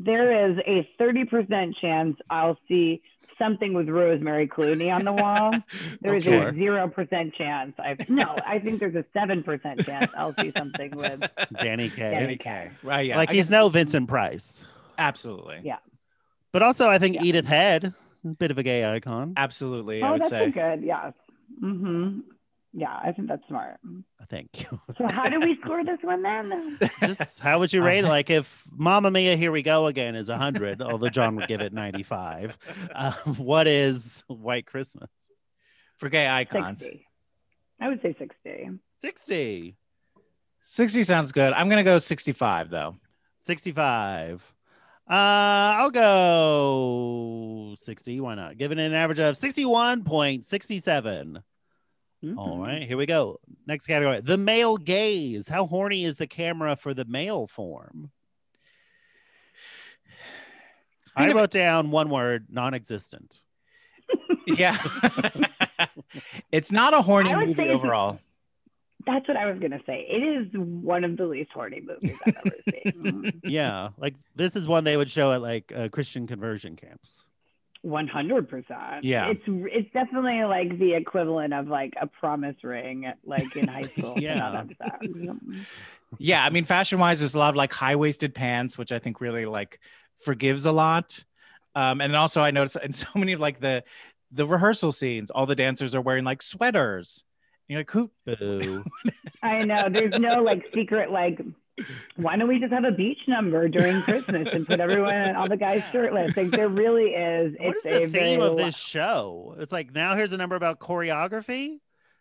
S6: there is a 30% chance I'll see something with Rosemary Clooney on the
S4: [laughs]
S6: wall. There is
S5: Sure.
S6: a 0% chance. I No, I think there's a 7% chance I'll see something
S4: [laughs]
S6: with.
S5: Danny Kaye.
S4: Danny Kaye. Right, yeah.
S5: like
S4: I
S5: he's
S4: guess-
S5: no Vincent Price,
S4: absolutely.
S6: Yeah.
S5: but also I think
S6: Yeah.
S5: Edith Head, a bit of a gay icon.
S4: Absolutely. I
S6: oh,
S4: would
S6: that's
S4: say.
S6: a good, yeah. hmm Yeah, I think that's smart.
S5: I think.
S6: So, how do we score this one
S4: [laughs]
S6: then? [laughs]
S5: just how would you rate it? like if Mamma Mia Here We Go Again is 100 although John would give it 95 uh, what is White Christmas
S4: For gay icons.
S6: 60. I would say 60.
S5: 60
S4: 60 sounds good. I'm gonna go 65
S5: [laughs]
S4: though.
S5: 65 uh I'll go 60 why not giving it an average of 61.67
S6: Mm-hmm.
S5: All right here we go next category the male gaze how horny is the camera for the male form I
S4: Kind of-
S5: wrote down one word non-existent
S4: Yeah. [laughs] it's not a horny
S6: I would say
S4: movie
S6: it's-
S4: overall.
S6: That's what I was gonna say. It is one of the least horny movies I've ever
S4: [laughs]
S6: seen.
S5: yeah like this is one they would show at like uh, christian conversion camps
S6: One hundred percent.
S4: Yeah.
S6: it's it's definitely like the equivalent of like a promise ring, like in high school.
S5: [laughs]
S6: but
S5: Yeah.
S6: not that sex.
S4: Yeah, I mean fashion wise there's a lot of like high-waisted pants which I think really like forgives a lot. Um and also I noticed in [laughs] so many of like the the rehearsal scenes all the dancers are wearing like sweaters. And you're like who
S6: [laughs]
S5: boo
S6: I know. There's no like secret like. Why don't we just have a beach number during Christmas and put everyone, all the guys shirtless? Like there really is.
S5: what is
S6: it's
S5: the
S6: a very
S5: theme of
S6: lo-
S5: this show it's like now here's a number about choreography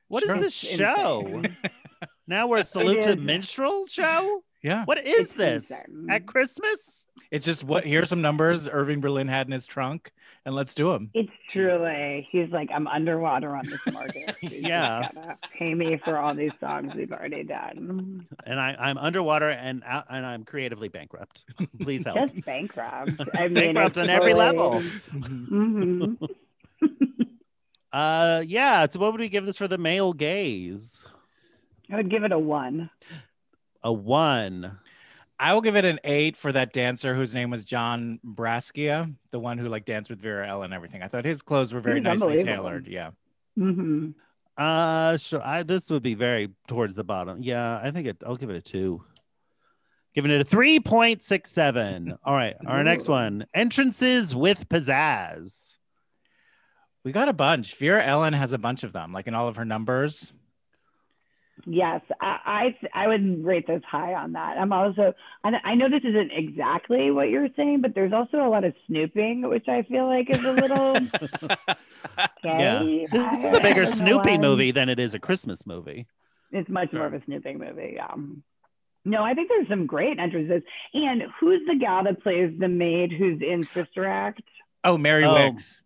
S5: What is
S4: Sure.
S5: this
S6: It's
S5: show
S6: insane. [laughs]
S5: now we're a salute to
S6: is.
S5: minstrel show
S4: yeah,
S6: [laughs]
S5: what is
S6: It's
S5: this
S6: insane.
S5: at christmas
S4: it's just what. Here's some numbers Irving Berlin had in his trunk, and let's do them.
S6: It's truly. He's like, I'm underwater on this
S5: [laughs]
S6: market. He's just
S5: Yeah.
S6: gotta Pay me for all these songs we've already done.
S5: and I, i'm underwater and out, and i'm creatively bankrupt please
S6: [laughs]
S5: help [laughs]
S6: Just bankrupt. I mean,
S5: bankrupt
S6: it's
S5: on every
S6: totally-
S5: level
S6: Mhm.
S5: uh yeah so what would we give this for the male gaze
S6: I would give it a one.
S5: a one
S4: I will give it an eight for that dancer whose name was John Braskia, the one who like danced with Vera Ellen and everything. I thought his clothes were very
S6: He's
S4: nicely
S6: unbelievable.
S4: tailored. Yeah.
S6: hmm
S5: Uh, sure. I this would be very towards the bottom. Yeah, I think it, I'll give it a two. Giving it a three point six seven. All right, our next
S6: Ooh.
S4: [laughs]
S5: one: entrances with pizzazz.
S4: We got a bunch. Vera Ellen has a bunch of them, like in all of her numbers.
S6: Yes, I, I I would rate this high on that. I'm also I I know this isn't exactly what you're saying, but there's also a lot of snooping, which I feel like is a little.
S5: [laughs] Yeah.
S6: Okay.
S5: This
S6: I-
S5: is a
S6: I
S5: bigger
S6: don't know
S5: Snoopy
S6: why.
S5: movie than it is a Christmas movie.
S6: It's much more of a snooping movie. Yeah. No, I think there's some great entrances. And who's the gal that plays the maid who's in Sister Act?
S4: Oh, Mary
S5: Oh.
S4: Wiggs.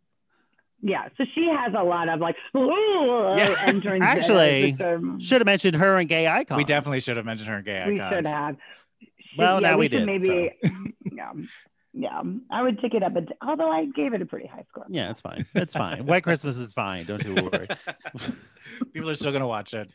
S6: Yeah, so she has a lot of like [laughs] yeah.
S4: [laughs]
S6: entrances.
S5: Actually,
S6: which are-
S5: Should have mentioned her and gay icon.
S4: We definitely should have mentioned her gay
S6: we
S4: icons.
S6: should have. Should-
S5: Well,
S6: yeah,
S5: now we did,
S6: should Maybe. [laughs] yeah, yeah. I would take it up, a t- although I gave it a pretty high score.
S5: Yeah, it's fine. It's fine. White Christmas is fine. Don't you worry.
S4: People are still gonna watch it.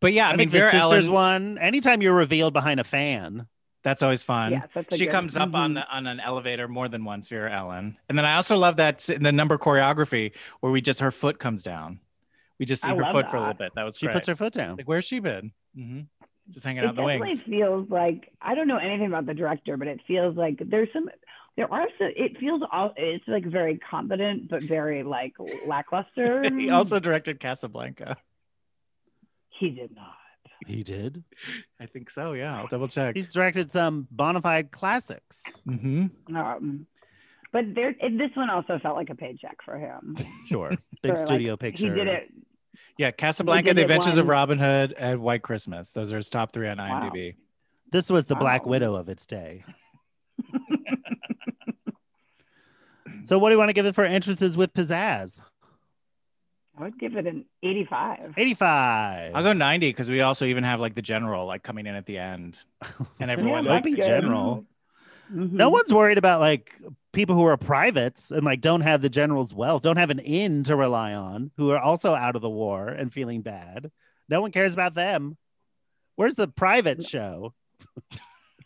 S4: But yeah, [laughs]
S5: I
S4: I, mean
S5: think the
S4: Vera
S5: sisters
S4: Ellen.
S5: one. Anytime you're revealed behind a fan,
S4: that's always fun.
S6: Yes, that's a
S4: she
S6: good-
S4: comes up on
S6: mhm.
S4: the, on an elevator more than once, Vera Ellen. And then I also love that s- the number choreography where we just her foot comes down. We just see
S6: I
S4: her
S6: love
S4: foot for a little
S6: that.
S4: bit. That was
S5: she
S4: great.
S5: puts her foot down.
S4: like where's she been? hmm Just hanging out
S6: It
S4: in the
S6: definitely
S4: wings.
S6: feels like I don't know anything about the director, but it feels like there's some. There are some. It feels all. It's like very competent, but very like lackluster.
S4: [laughs]
S6: Mm.
S4: he also directed Casablanca.
S6: he did not.
S5: He did.
S4: I think so. Yeah, I'll double check.
S5: He's directed some bona fide classics.
S4: hmm
S6: Um, but there, it, this one also felt like a paycheck for him.
S5: [laughs] Sure. Big
S6: Or, like,
S5: studio picture.
S6: He did it.
S4: Yeah, Casablanca,
S6: did
S4: The
S6: it
S4: Adventures of
S6: one-
S4: Robin Hood, and White Christmas. Those are his top three on IMDb.
S5: This was the Black
S6: Wow.
S5: Widow of its day. [laughs] so, what do you want to give it for entrances with pizzazz?
S6: I would give it an 85.
S5: 85.
S4: I'll go 90 because we also even have like the general like coming in at
S6: [laughs]
S4: the end. And everyone
S6: Yeah,
S5: don't
S4: like,
S5: be
S6: that's good.
S5: general.
S6: Mhm.
S5: No one's worried about like people who are privates and like don't have the general's wealth, don't have an inn to rely on, who are also out of the war and feeling bad. No one cares about them. Where's the private show?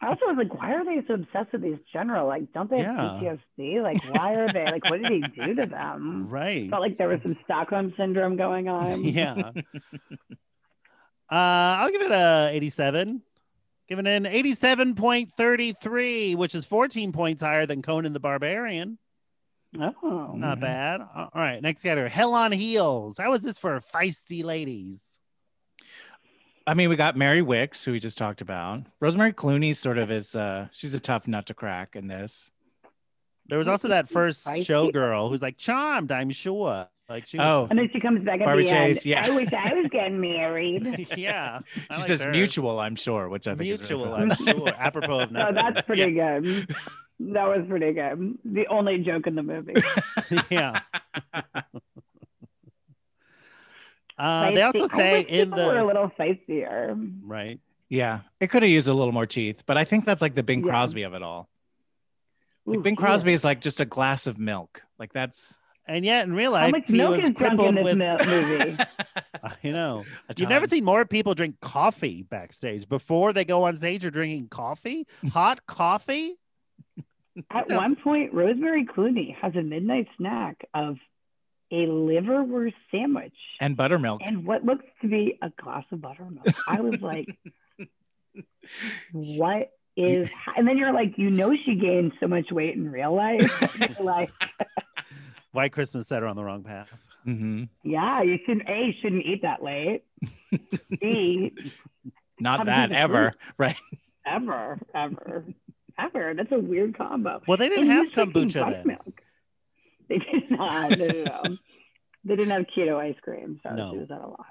S6: I also was like, why are they so obsessed with these general? Like, don't they have
S5: Yeah.
S6: PTSD? Like, why are they? Like, what did he do to them?
S5: [laughs] Right.
S6: Mm. Felt like there was some Stockholm syndrome
S5: [laughs]
S6: going on.
S4: [laughs]
S5: yeah. Uh, I'll give it a 87. Giving an 87.33, which is 14 points higher than Conan the Barbarian.
S6: Oh.
S5: Not
S4: Mhm.
S5: bad. All right, next category. Hell on heels. How is this for feisty ladies?
S4: I mean, we got Mary Wicks, who we just talked about. Rosemary Clooney sort of is uh she's a tough nut to crack in this.
S5: There was also that first
S6: Feisty.
S5: showgirl who's like charmed, I'm sure. Like she
S4: Oh,
S5: was,
S6: And then she comes back at
S4: Barbie
S6: the
S4: Chase,
S6: end.
S4: yeah.
S6: I wish I was getting married.
S5: [laughs] [laughs] yeah. I
S4: she
S5: liked
S4: says
S5: her.
S4: mutual, I'm sure, which I think is
S5: mutual,
S4: really
S5: I'm
S4: fun.
S5: sure.
S4: [laughs]
S5: Apropos
S6: [laughs]
S5: of
S6: So
S5: nothing.
S6: that's pretty good. That was pretty good. The only joke in the movie.
S5: [laughs] yeah.
S4: [laughs]
S5: Uh, they
S6: Feisty.
S5: also
S6: I
S5: say
S6: wish
S5: in
S6: people were a
S5: the
S6: little feistier.
S5: right.
S4: yeah, it could have used a little more teeth, but I think that's like the Bing
S6: Yeah.
S4: Crosby of it all. Like
S6: Ooh,
S4: Bing
S6: yeah.
S4: Crosby is like just a glass of milk. Like that's
S5: And yet, in real
S6: How
S5: life,
S6: much
S5: he
S6: milk
S5: was
S6: is drunk in
S5: crippled
S6: this
S5: with.
S6: mil- movie?
S5: [laughs] I know.
S4: [laughs] A
S5: You've never
S4: ton.
S5: seen more people drink coffee backstage before they go on stage. You're drinking coffee, hot coffee.
S6: At
S5: Sounds-
S6: one point, Rosemary Clooney has a midnight snack of a liverwurst sandwich
S4: and buttermilk.
S6: and what looks to be a glass of buttermilk. I was like, what is. And then you're like, you know, she gained so much weight in real life. like,
S5: White Christmas set her on the wrong path.
S4: Mhm.
S6: yeah, you shouldn't, A, you shouldn't eat that late. B,
S4: [laughs] Not
S6: Haven't
S4: that
S6: seen the
S4: ever,
S6: fruit.
S4: right?
S6: ever, ever, ever. That's a weird combo.
S5: Well, they didn't
S6: And he
S5: have
S6: was drinking
S5: kombucha then.
S6: breast milk. [laughs] They did not. They didn't,
S5: [laughs]
S6: have- they didn't have keto ice cream, so
S5: No.
S6: she was at a loss.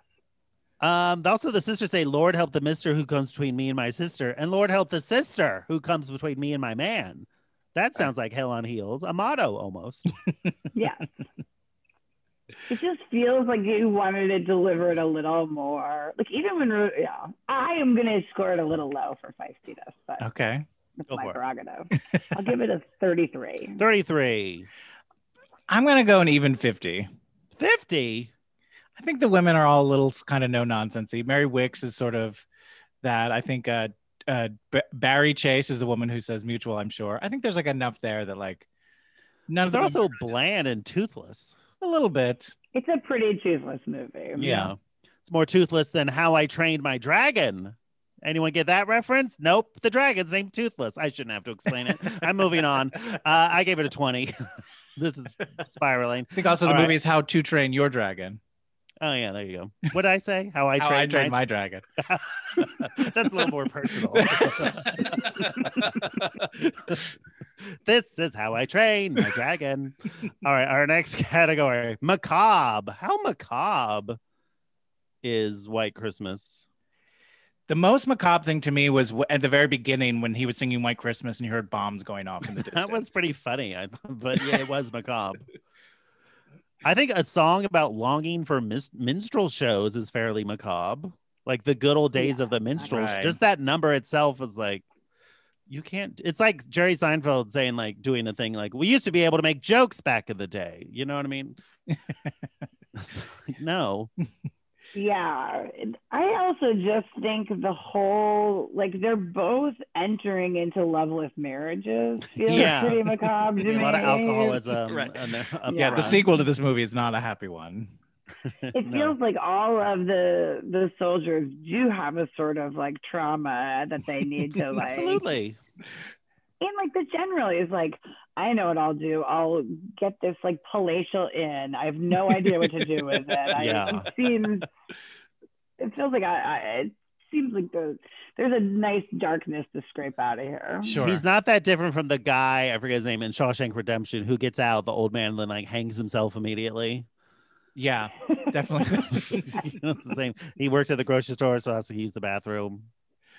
S5: Um, also, the sisters say, "Lord help the mister who comes between me and my sister, and Lord help the sister who comes between me and my man."
S4: Uh.
S5: That sounds like hell on heels, a motto almost.
S6: Yeah. it just feels like you wanted to deliver it a little more. Like even when, Ru- yeah, I am gonna score it a little low for feistiness, but
S4: Okay.
S6: it's
S5: Uh, go
S6: my
S5: for it. [laughs]
S6: prerogative. I'll give it a thirty-three.
S5: Thirty-three.
S4: I'm gonna go an even 50.
S5: 50
S4: I think the women are all a little kind of no nonsensey. Mary Wicks is sort of that. I think uh, uh, B- Barry Chase is the woman who says mutual. I'm sure. I think there's like enough there that like
S5: but
S4: none of them
S5: they're also
S4: also
S5: bland and toothless
S4: a little bit.
S6: It's a pretty toothless movie.
S5: yeah it's more toothless than how i trained my dragon anyone get that reference nope [laughs] the dragon's named toothless i shouldn't have to explain it i'm moving on uh, i gave it a 20 [laughs] this is spiraling.
S4: I think also the
S5: All right.
S4: movie is How to Train Your Dragon.
S5: Oh yeah, there you go. What I say? How I
S4: How
S5: train,
S4: I Train
S5: my-
S4: My Dragon.
S5: [laughs]
S4: [laughs]
S5: That's a little more personal. this is how I train my [laughs] dragon. All right, our next category macabre. How macabre is White Christmas?
S4: The most macabre thing to me was w- at the very beginning when he was singing White Christmas and you heard bombs going off in the distance.
S5: [laughs] That was pretty funny,
S4: [laughs]
S5: I, but yeah, it was macabre. I think a song about longing for mis- minstrel shows is fairly macabre. Like the good old days of the minstrel.
S4: Right.
S5: Just that number itself is like, you can't. It's like Jerry Seinfeld saying, like, doing a thing like, we used to be able to make jokes back in the day. You know what I
S4: [laughs]
S5: mean? It's like, no.
S6: Yeah. I also just think the whole like they're both entering into loveless
S5: [laughs]
S6: marriages. Feels
S5: Yeah.
S6: pretty macabre.
S5: A [laughs]
S6: to
S5: lot of
S6: me.
S5: alcoholism.
S4: Right.
S5: and there- up
S4: yeah, the
S5: front.
S4: sequel to this movie is not a happy one.
S5: [laughs]
S6: It
S5: No.
S6: feels like all of the the soldiers do have a sort of like trauma that they need
S5: [laughs]
S6: to like
S5: Absolutely.
S6: and like the general is like i know what i'll do i'll get this like palatial inn i have no idea what to do with it
S5: [laughs]
S6: I,
S5: Yeah.
S6: it seems it feels like i, I it seems like the, there's a nice darkness to scrape out of here
S4: Sure.
S5: He's not that different from the guy, I forget his name, in Shawshank Redemption who gets out, the old man, and then like hangs himself
S4: [laughs]
S5: immediately. [laughs]
S4: yeah,
S6: [laughs]
S4: definitely.
S5: it's the same. He works at the grocery store, so has to use the bathroom.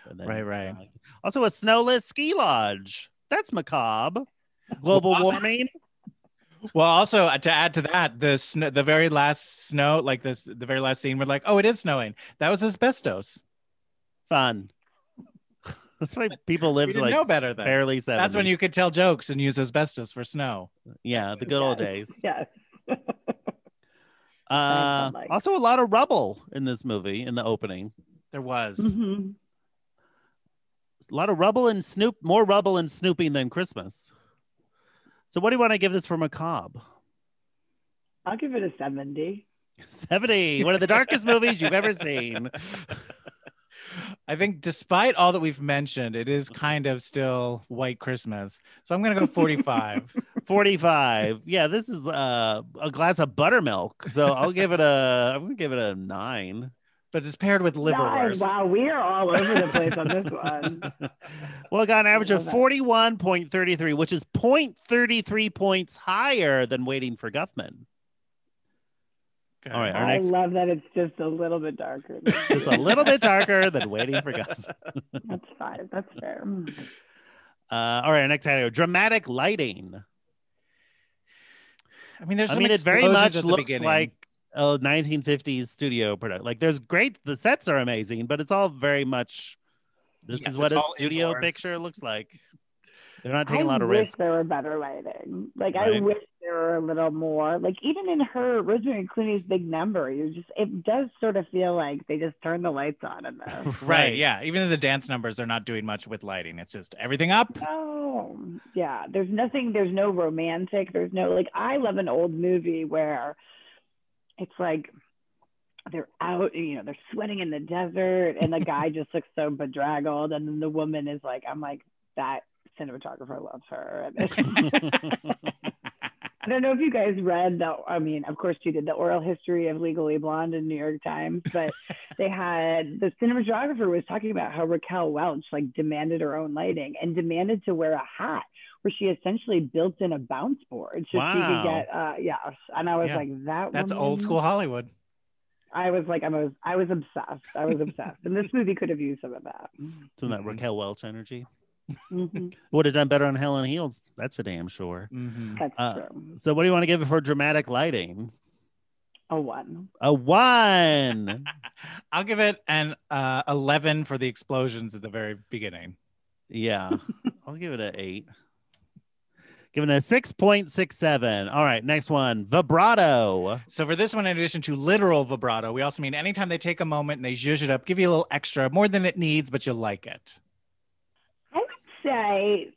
S5: And then- uh,
S4: Right, right.
S5: also, a snowless ski lodge. That's macabre. Global
S4: Awesome.
S5: warming.
S4: Well, also uh, to add to that, the snow, the very last snow, like this, the very last scene, we're like, oh, it is snowing. That was asbestos.
S5: Fun. [laughs] That's why people lived
S4: didn't
S5: like
S4: know better then.
S5: barely seven.
S4: That's when you could tell jokes and use asbestos for snow.
S5: yeah,
S4: [laughs]
S5: the good old
S6: Yes.
S5: days.
S6: yes
S5: Uh,
S6: like-
S5: also, a lot of rubble in this movie in the opening.
S4: There was.
S6: hmm
S5: a lot of rubble and snoop more rubble and snooping than christmas so what do you want to give this for macabre [laughs]
S6: i'll give it a 70
S5: 70 [laughs] one of the
S6: [laughs]
S5: darkest movies you've ever seen
S4: [laughs] I think, despite all that we've mentioned, it is kind of still White Christmas. So I'm gonna
S6: [laughs]
S4: go 45.
S5: 45 yeah this is uh, a glass of buttermilk so i'll give it a i'm gonna give it a
S6: [laughs]
S5: nine
S4: but it's paired with
S6: Guys,
S4: liverwurst.
S6: wow we are all over the place on this one
S5: well it got an average of
S6: love that.
S5: 41.33 which is 0.33 points higher than waiting for guffman
S4: [laughs] Okay.
S5: all right our
S6: i
S4: [laughs]
S5: next
S6: love that it's just a little bit darker than-
S5: is a little bit darker than waiting for guffman
S6: [laughs] that's fine that's fair Mm.
S5: uh, all right our next category dramatic lighting
S4: I mean, there's.
S5: I
S4: some
S5: mean, it very
S4: explosions
S5: much
S4: at the
S5: looks
S4: beginning.
S5: like a 1950s studio product. Like, there's great. The sets are amazing, but it's all very much. This
S4: Yes,
S5: is what
S4: it's
S5: a
S4: all
S5: studio
S4: indoors.
S5: picture looks like. They're not taking a
S6: I
S5: lot of
S6: wish
S5: risks.
S6: There were better lighting. Like I
S5: Right.
S6: wish there were a little more. Like even in her Rosemary Clooney's Big Number, you just it does sort of feel like they just turned the lights on
S5: [laughs]
S6: in there.
S4: Right, Yeah. Even in the dance numbers, they're not doing much with lighting. It's just
S6: [laughs]
S4: everything up. [laughs]
S6: oh, yeah. There's nothing. There's no romantic. There's no like. I love an old movie where it's like they're out. You know, they're sweating in the desert, and the guy just looks so bedraggled, and then the woman is like, I'm like that cinematographer loves her. And it's- I don't know if you guys read the, I mean, of course you did the oral history of Legally Blonde in New York Times,
S4: [laughs]
S6: but they had the cinematographer was talking about how Raquel Welch like demanded her own lighting and demanded to wear a hat where she essentially built in a bounce board so she
S5: Wow.
S6: could get, uh, yeah. And I was
S4: Yeah.
S6: like, that
S4: That's
S6: woman-
S4: old school Hollywood.
S6: I was like, I was, I was obsessed. I was obsessed. and this movie could have used some of that.
S5: Some of that
S4: Mhm.
S5: Raquel Welch energy
S4: [laughs]
S6: Mhm.
S5: would have done better on Helen Heels. That's for damn sure. [laughs]
S4: Mhm.
S6: That's
S5: Uh,
S6: true.
S5: So, what do you want to give it for dramatic lighting?
S6: A one.
S5: A
S4: [laughs]
S5: one.
S4: [laughs] I'll give it an uh, 11 for the explosions at the very beginning.
S5: Yeah, I'll give it an eight. Giving it a six point six seven. All right, next one, vibrato.
S4: So for this one, in addition to literal vibrato, we also mean anytime they take a moment and they zhuzh it up, give you a little extra, more than it needs, but you'll like it.
S6: I would say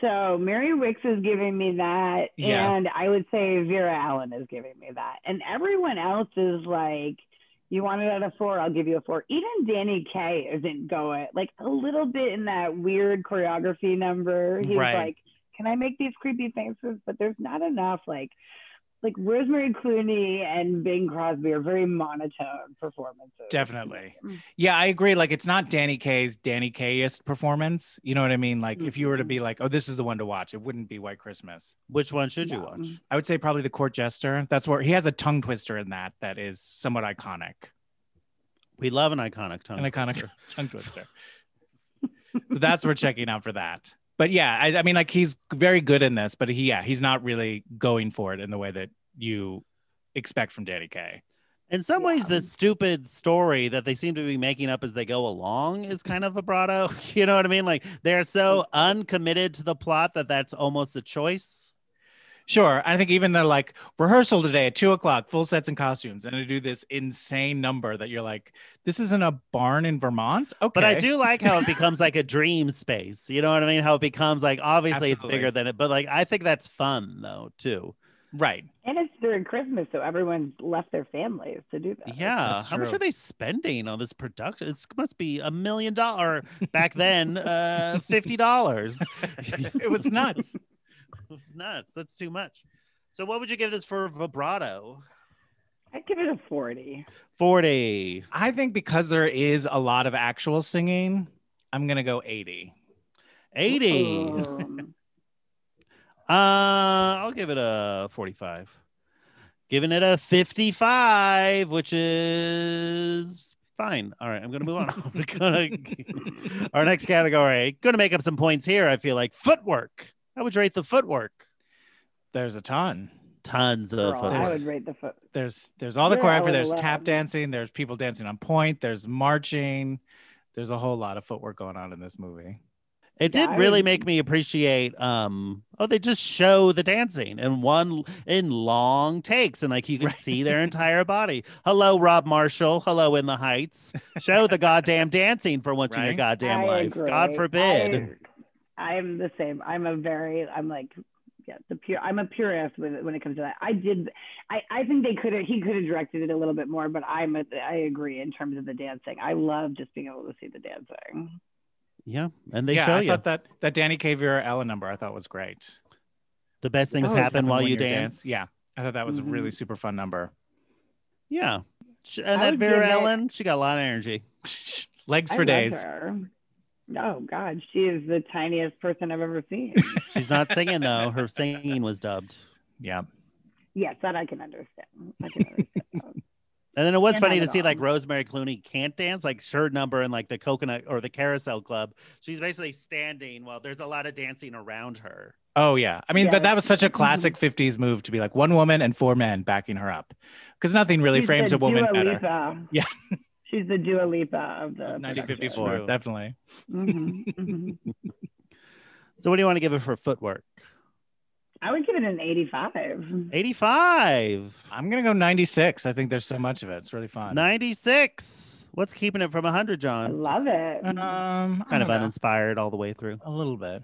S6: so. Mary Wicks is giving me that,
S4: Yeah.
S6: and I would say Vera Allen is giving me that, and everyone else is like, "You want it at a four? I'll give you a four. Even Danny Kaye isn't going like a little bit in that weird choreography number. He's
S4: Right.
S6: like can I make these creepy faces? But there's not enough like like Rosemary Clooney and Bing Crosby are very monotone performances. Mm-hmm.
S4: Definitely. Yeah, I agree. Like it's not Danny Kaye's Danny Kayeist performance. You know what I mean? Like if you were to be like, oh, this is the one to watch, it wouldn't be White Christmas.
S5: Mm-hmm. Which one should you
S6: No.
S5: watch?
S4: I would say probably the court jester. That's where he has a tongue twister in that that is somewhat iconic.
S5: We love an iconic tongue.
S4: An iconic
S5: twister.
S4: [laughs] tongue twister. so that's we're checking out for that. But yeah, I, I mean, like he's very good in this, but he, yeah, he's not really going for it in the way that you expect from Danny Kaye.
S5: In some ways,
S6: Yeah.
S5: the stupid story that they seem to be making up as they go along is kind of vibrato. [laughs] You know what I mean? Like they're so uncommitted to the plot that that's almost a choice.
S4: Sure. I think even they're like rehearsal today at two o'clock, full sets and costumes, and to do this insane number that you're like, this isn't a barn in Vermont. Okay.
S5: But I do like how it becomes like a dream space. You know what I mean? How it becomes like obviously
S4: Absolutely.
S5: it's bigger than it, but like I think that's fun though too. [laughs]
S4: Right.
S6: And it's during Christmas, so everyone's left their families to do that.
S5: yeah.
S4: that's
S5: How much
S4: true.
S5: are they spending on this production? It must be a million dollar back then, uh fifty dollars.
S4: It was nuts.
S5: It was nuts. That's too much. So, what would you give this for vibrato?
S6: I'd give it a forty.
S5: 40.
S4: I think because there is a lot of actual singing, I'm going to go 80.
S5: 80. Uh,
S6: Um,
S5: I'll give it a 45. Giving it a 55, which is fine. All right, I'm going to move on. [laughs] We're gonna... Our next category, going to make up some points here. I feel like footwork. How would you rate the footwork?
S4: There's a ton.
S5: Tons of
S6: girl, I
S5: footwork.
S6: would rate the foot.
S4: There's there's all the
S6: Yeah, I
S4: choreography.
S6: would
S4: There's
S6: love-
S4: tap dancing. There's people dancing on point. There's marching. There's a whole lot of footwork going on in this movie.
S5: It
S6: Yeah,
S5: did
S6: I
S5: really
S6: would-
S5: make me appreciate um oh they just show the dancing in one in long takes and like you can see their entire body. Hello Rob Marshall, hello in the heights. Show the goddamn dancing for once in your
S4: Right?
S5: goddamn
S6: I
S5: life.
S6: agree.
S5: God forbid.
S6: I, am the same. I'm a very. I'm like. Yeah, the pure. I'm a purist with when it comes to that. I did. I, I think they could have. He could have directed it a little bit more, but I'm. A, I agree in terms of the dancing. I love just being able to see the dancing.
S5: yeah, and they
S4: yeah,
S5: show
S4: I
S5: you
S4: thought that that Danny Kaye Vera Ellen number I thought was great.
S5: the best
S4: Oh,
S5: things
S6: always
S5: happen
S6: happen
S5: while
S4: when
S5: you
S4: you're
S5: dance.
S4: Yeah, I thought that was a really
S6: Mhm.
S4: super fun number. [laughs]
S5: Yeah. Sh- And
S6: I
S5: that
S6: would give
S5: Vera
S6: it-
S5: Ellen, she got a lot of energy.
S4: Legs
S6: I
S4: for
S6: love
S4: days.
S6: her. Oh God, she is the tiniest person I've ever
S5: [laughs]
S6: seen.
S5: She's not singing though. Her singing was dubbed.
S4: [laughs] Yeah.
S6: yes, that I can understand. I can understand. that.
S5: And then it was
S6: Yeah,
S5: funny
S6: not
S5: to
S6: at
S5: see like
S6: all.
S5: Rosemary Clooney can't dance, like her number in like the coconut or the carousel club. She's basically standing while there's a lot of dancing around her.
S4: Oh yeah. I mean, but
S6: Yeah.
S4: that was such a classic '50s move to be like one woman and four men backing her up, because nothing really
S6: She's
S4: frames
S6: the
S4: a woman
S6: Dua
S4: better.
S6: Lipa.
S4: [laughs] Yeah.
S6: She's the Dua Lipa of the production.
S4: 1954,
S5: True.
S4: definitely.
S6: Mhm, mhm.
S5: So what do you want to give it for footwork?
S6: I would give it an 85.
S5: 85.
S4: I'm gonna go 96. I think there's so much of it. It's really fun.
S5: 96. What's keeping it from 100,
S6: I
S5: John?
S6: love it.
S4: Um, I
S5: Kind of
S4: don't know.
S5: uninspired all the way through.
S4: a little bit.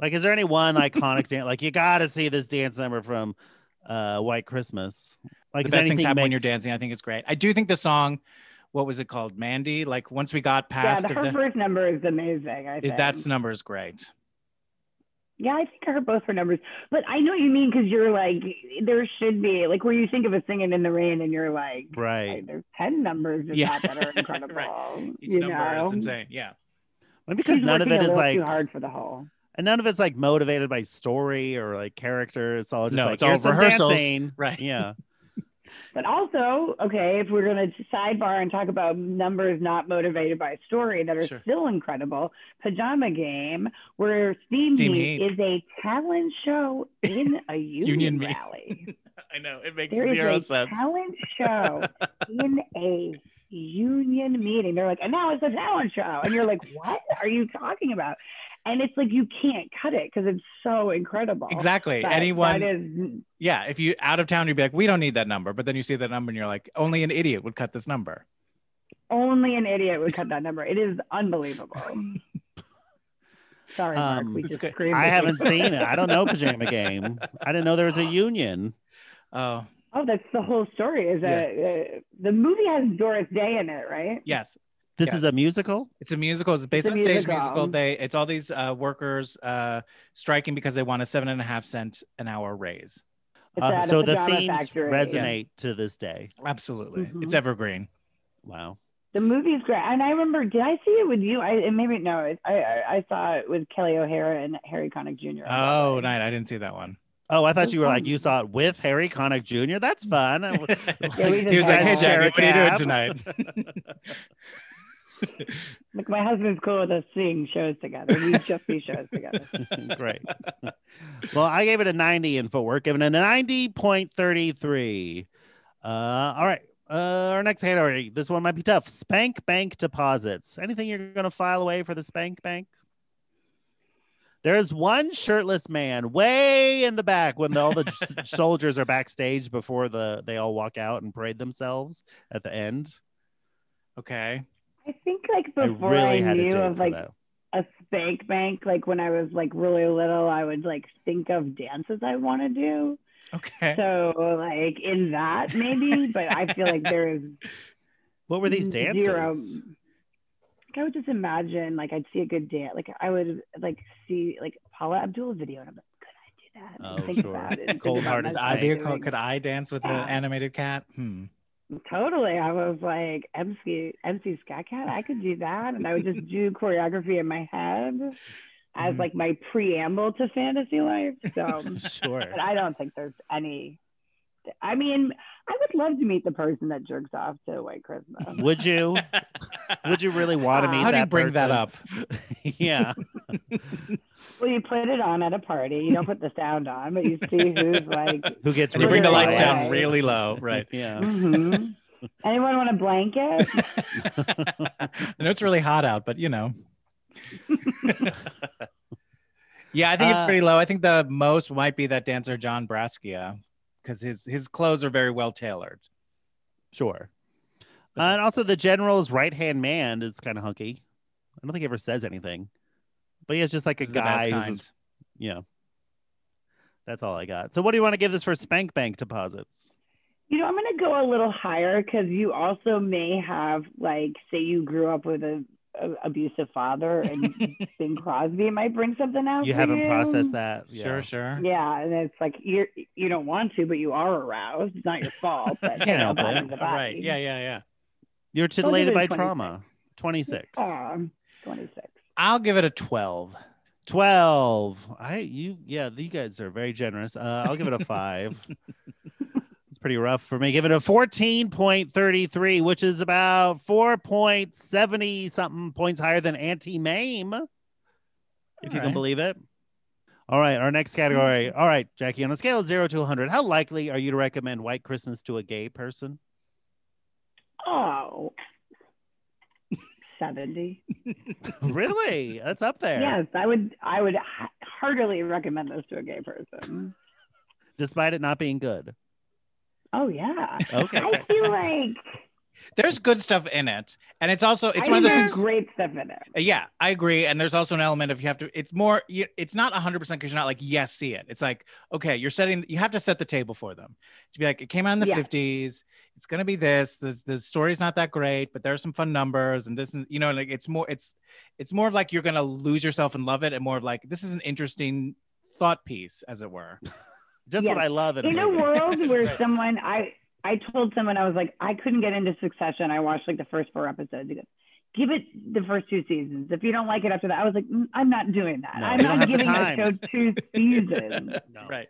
S5: Like, is there any one iconic dance? Like, you got to see this dance number from uh, White Christmas. Like,
S4: the
S5: is
S4: best things
S5: anything
S4: happen when
S5: make-
S4: you're dancing. I think it's great. I do think the song, what was it called, Mandy? Like once we got
S6: Yeah,
S4: past,
S6: the,
S4: of
S6: her
S4: the-
S6: first number is amazing. I think.
S4: that's number is great.
S6: yeah, I think I heard both her numbers, but I know what you mean because you're like, there should be like where you think of a singing in the rain, and you're like,
S5: Right.
S6: "Hey, there's ten numbers in
S4: Yeah.
S6: that that are incredible.
S4: [laughs] Right. Each
S6: you
S4: number
S6: know?
S4: is insane. Yeah.
S5: Maybe because
S6: She's
S5: none of
S6: working
S5: it
S6: a
S5: is
S6: little
S5: like
S6: too hard for the whole.
S5: and none of it's like motivated by story or like character. It's all just
S4: No,
S5: like
S4: it's all
S5: here's some
S4: rehearsals.
S5: dancing.
S4: Right.
S5: Yeah.
S6: But also, okay, if we're going to sidebar and talk about numbers not motivated by story that are
S4: Sure.
S6: still incredible, Pajama Game, where Steam,
S4: Steam
S6: Heat,
S4: Heat.
S6: is a talent show in a union,
S4: [laughs] Union meet. [laughs]
S6: rally.
S4: [laughs] I know it makes
S6: There is
S4: zero
S6: a
S4: sense. [laughs]
S6: talent show in a union meeting. They're like, and now it's a talent show. And you're like, what are you talking about? And it's like, you can't cut it because it's so incredible.
S4: Exactly.
S6: But
S4: Anyone,
S6: That is
S4: yeah. If you out of town, you'd be like, we don't need that number. But then you see that number and you're like, only an idiot would cut this number.
S6: [laughs] Only an idiot would cut that number. It is unbelievable. Sorry, Mark.
S5: Um,
S6: we
S4: It's
S6: just
S4: good.
S6: screamed.
S5: I
S6: at you.
S5: haven't seen it. I don't know Pajama Game. I didn't know there was a union.
S4: Oh,
S6: Oh, that's the whole story. Is that uh, the movie has Doris Day in it, right?
S4: yes.
S5: This
S4: Yes.
S5: is a musical.
S4: It's a musical. It's based
S6: a
S4: on a stage
S6: musical.
S4: musical. They it's all these uh, workers uh, striking because they want a seven and a half cent an hour raise.
S6: It's
S5: Uh,
S6: at a
S5: so the
S6: pajama
S5: themes
S6: factory.
S5: resonate to this day.
S4: Absolutely, it's
S6: Mhm.
S4: evergreen.
S5: Wow.
S6: The movie's great, and I remember. Did I see it with you? I and maybe no. I, I I saw it with Kelly O'Hara and Harry Connick Jr.
S4: Oh, night! I didn't see that one.
S5: Oh, I
S6: It
S5: thought
S6: was
S5: you were like
S6: fun.
S5: you saw it with Harry Connick Jr. That's
S6: [laughs]
S5: fun.
S6: [laughs]
S4: [laughs]
S6: Yeah, we just
S4: he was like,
S6: had
S4: "Hey,
S6: to
S4: Jamie,
S6: share
S4: what are you doing tonight?"
S6: [laughs] Like my husband's cool with us seeing shows together. We just see shows
S5: [laughs]
S6: together.
S5: tonight?" Great. well, I gave it a 90 in footwork, giving it a 90.33. Uh, all right. Uh, our next category. This one might be tough. Spank bank deposits. Anything you're going to file away for the spank bank? There is one shirtless man way in the back when all the s-
S6: [laughs]
S5: soldiers are backstage before the they all walk out and parade themselves at the end.
S4: okay,
S6: I think like before
S5: I
S6: I,
S5: really had a
S6: knew
S5: take
S6: of
S5: for
S6: like
S5: that.
S6: a spank bank, like when I was like really little, I would like think of dances I want to do.
S4: okay.
S6: So like in that maybe, but I feel like there is
S5: What were these dances?
S6: Mm, Zero. Like, I would just imagine, like, I'd see a good dance. Like, I would, like, see, like, Paula Abdul video, and I'm like, could I do that? And
S5: Oh,
S6: think
S5: sure.
S6: about it and think
S5: Cold-hearted
S6: about
S4: I
S6: myself
S5: Spank.
S4: be
S6: doing-
S4: cool. Could I dance with
S6: Yeah.
S4: an animated cat? Hmm.
S6: Totally. I was like, MC, MC Scat Cat, I could do that. And I would just do choreography in my head as,
S5: Mm.
S4: Mhm.
S6: like, my preamble to fantasy life. So, [laughs]
S4: [laughs]
S5: sure.
S6: but I don't think there's any. I mean, I would love to meet the person that jerks off to White Christmas.
S5: Would
S6: [laughs]
S5: you? Would you really want to
S6: Ah.
S5: meet
S4: How do you
S5: that
S4: bring that
S5: person?
S4: up?
S5: [laughs] yeah.
S6: Well, you put it on at a party. You don't put the sound on, but you see who's like,
S5: Who gets
S4: And you bring the
S5: really
S4: lights down
S5: loud. [laughs]
S4: really low, right?
S5: yeah.
S6: hmm
S5: Mm-hmm.
S6: [laughs] anyone want a blanket?
S4: I know it's really hot out, but
S5: [laughs]
S4: you know. yeah, I think
S5: Uh,
S4: it's pretty low. I think the most might be that dancer John Braskia, because his his clothes are very well tailored.
S5: Sure. Uh, and also the general's right hand man is kind of hunky. I don't think he ever says anything. But he has just like a
S4: It's the best
S5: guy who's
S4: kind.
S5: yeah. That's all I got. So what do you want to give this for spank bank deposits?
S6: You know, I'm going to go a little higher because you also may have, like, say you grew up with a, a abusive
S5: [laughs]
S6: father and
S4: [laughs]
S6: Bing Crosby might bring something out.
S5: You
S6: for
S5: haven't
S6: you.
S5: processed that.
S4: Sure, sure.
S6: Yeah, and it's like you you don't want to, but you are aroused. It's not your
S5: [laughs]
S6: fault. But
S5: Can't help
S6: bottom
S5: it.
S6: of the body.
S4: Right. Yeah, yeah, yeah.
S5: You're
S6: give
S5: titillated
S6: it
S5: by
S6: 26.
S5: trauma. 26.
S6: Um, 26.
S4: I'll give it a 12.
S5: 12 i you yeah you guys are very generous uh i'll give it a
S4: [laughs]
S5: five it's pretty rough for me give it a 14.33 which is about 4.70 something points higher than anti-mame if you can
S4: Alright.
S5: believe it all right our next category all right jackie on a scale of 0 to 100 how likely are you to recommend white christmas to a gay person
S6: Oh, 70.
S5: really that's up there
S6: Yes, I would. I would h- heartily recommend this to a gay person.
S5: despite it not being good
S6: Oh yeah,
S5: okay
S6: I feel like
S4: There's good stuff in it. And it's also it's
S6: I
S4: one
S6: think
S4: of those
S6: there's
S4: things.
S6: great stuff in it.
S4: Uh, Yeah, I agree. And there's also an element of you have to, it's more, you, it's not 100% because you're not like, yes, see it. It's like, okay, you're setting, you have to set the table for them to be like, it came out in the
S6: Yeah.
S4: 50s. It's going to be this. The, the story's not that great, but there's some fun numbers and this, and you know, like it's more, it's, it's more of like you're going to lose yourself and love it and more of like, this is an interesting thought piece, as it were.
S5: [laughs] just what
S6: Yes.
S5: i love in a
S6: In a
S5: movie. [laughs]
S6: world where
S4: [laughs] Right.
S6: someone, I I told someone I was like, I couldn't get into Succession. I watched like the first four episodes. He goes, Give it the first two seasons. If you don't like it after that, I was like, "Mm, I'm not doing that.
S5: No,
S6: I'm
S5: we don't have the
S6: not giving
S5: time."
S6: that show two
S4: [laughs]
S6: seasons.
S5: No. [laughs]
S4: Right.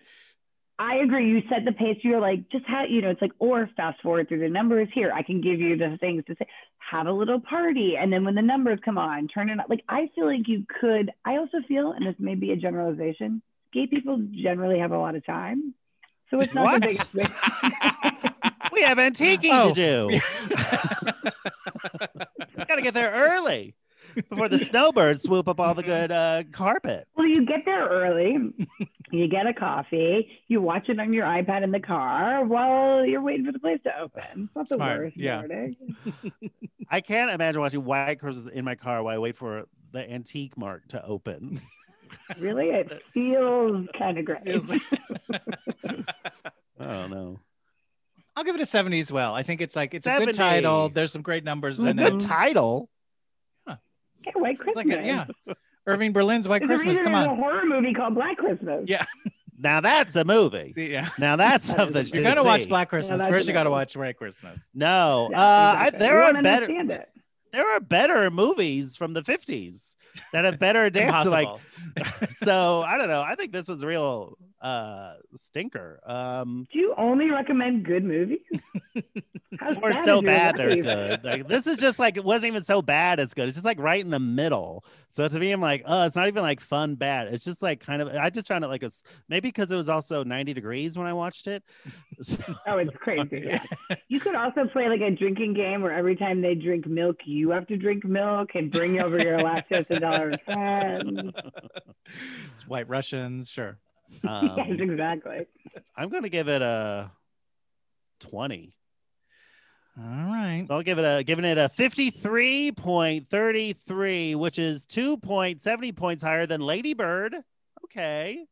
S6: I agree. You set the pace. You're like, just how, you know, it's like, or fast forward through the numbers here. I can give you the things to say. Have a little party. And then when the numbers come on, turn it up. Like, I feel like you could. I also feel, and this may be a generalization, gay people generally have a lot of time. So it's not
S5: What?
S6: the biggest thing.
S5: We have antiquing
S4: Oh.
S5: to
S4: [laughs]
S5: do. [laughs] Got to get there early before the snowbirds swoop up all the good uh, carpet.
S6: well, you get there early. You get a coffee. You watch it on your iPad in the car while you're waiting for the place to open. It's not the
S4: Smart,
S6: worst.
S4: yeah.
S6: verdict.
S5: I can't imagine watching White Christmas in my car while I wait for the antique mart to open.
S6: Really? It feels kind of great.
S4: Feels- [laughs]
S5: Oh no,
S4: I'll give it a 70 as well. I think it's like, it's a
S5: 70.
S4: good title. There's some great numbers
S5: a
S4: in
S5: good
S4: it.
S5: title.
S6: Yeah, White
S4: It's
S6: Christmas.
S4: like a- yeah. Irving Berlin's White
S6: There's a
S4: Christmas.
S6: reason
S4: Come
S6: there's a
S4: on.
S6: horror movie called Black Christmas.
S4: Yeah.
S5: Now that's a movie.
S4: [laughs] See, yeah.
S5: Now that's
S6: [laughs] That
S5: something
S6: is a
S4: You're
S5: you
S6: movie.
S4: gonna watch
S5: see.
S4: Black Christmas
S6: that's
S4: first. You gotta
S6: amazing.
S4: watch White Christmas.
S5: No,
S6: Yeah,
S5: uh, I,
S6: exactly.
S5: there
S6: You
S5: are
S6: won't
S5: better
S6: understand it.
S5: there are better movies from the fifties that have better dances. Like
S4: [laughs] Impossible.
S5: [laughs]
S4: [laughs]
S5: so, I don't know. I think this was a real uh, stinker. Um,
S6: Do you only recommend good
S5: [laughs]
S6: movies? How
S5: or
S6: sad
S5: so
S6: is your
S5: bad they're
S6: life?
S5: good. Like this is just like it wasn't even so bad. It's good. It's just like right in the middle. So to me, I'm like, oh, it's not even like fun bad. It's just like kind of. I just found it like it's maybe because it was also 90 degrees when I watched it. [laughs] So-
S6: Oh,
S5: [laughs]
S6: it's crazy. Yeah. You could also play like a drinking game where every time they drink milk, you have to drink milk and bring over your lactose intolerant
S5: [laughs]
S6: friends.
S4: It's White Russians, sure.
S6: [laughs] [laughs] yes,
S5: Um,
S6: exactly.
S5: I'm gonna give it a 20.
S4: All right.
S5: So I'll give it a giving it a 53.33, which is 2.70 points higher than Lady Bird. Okay.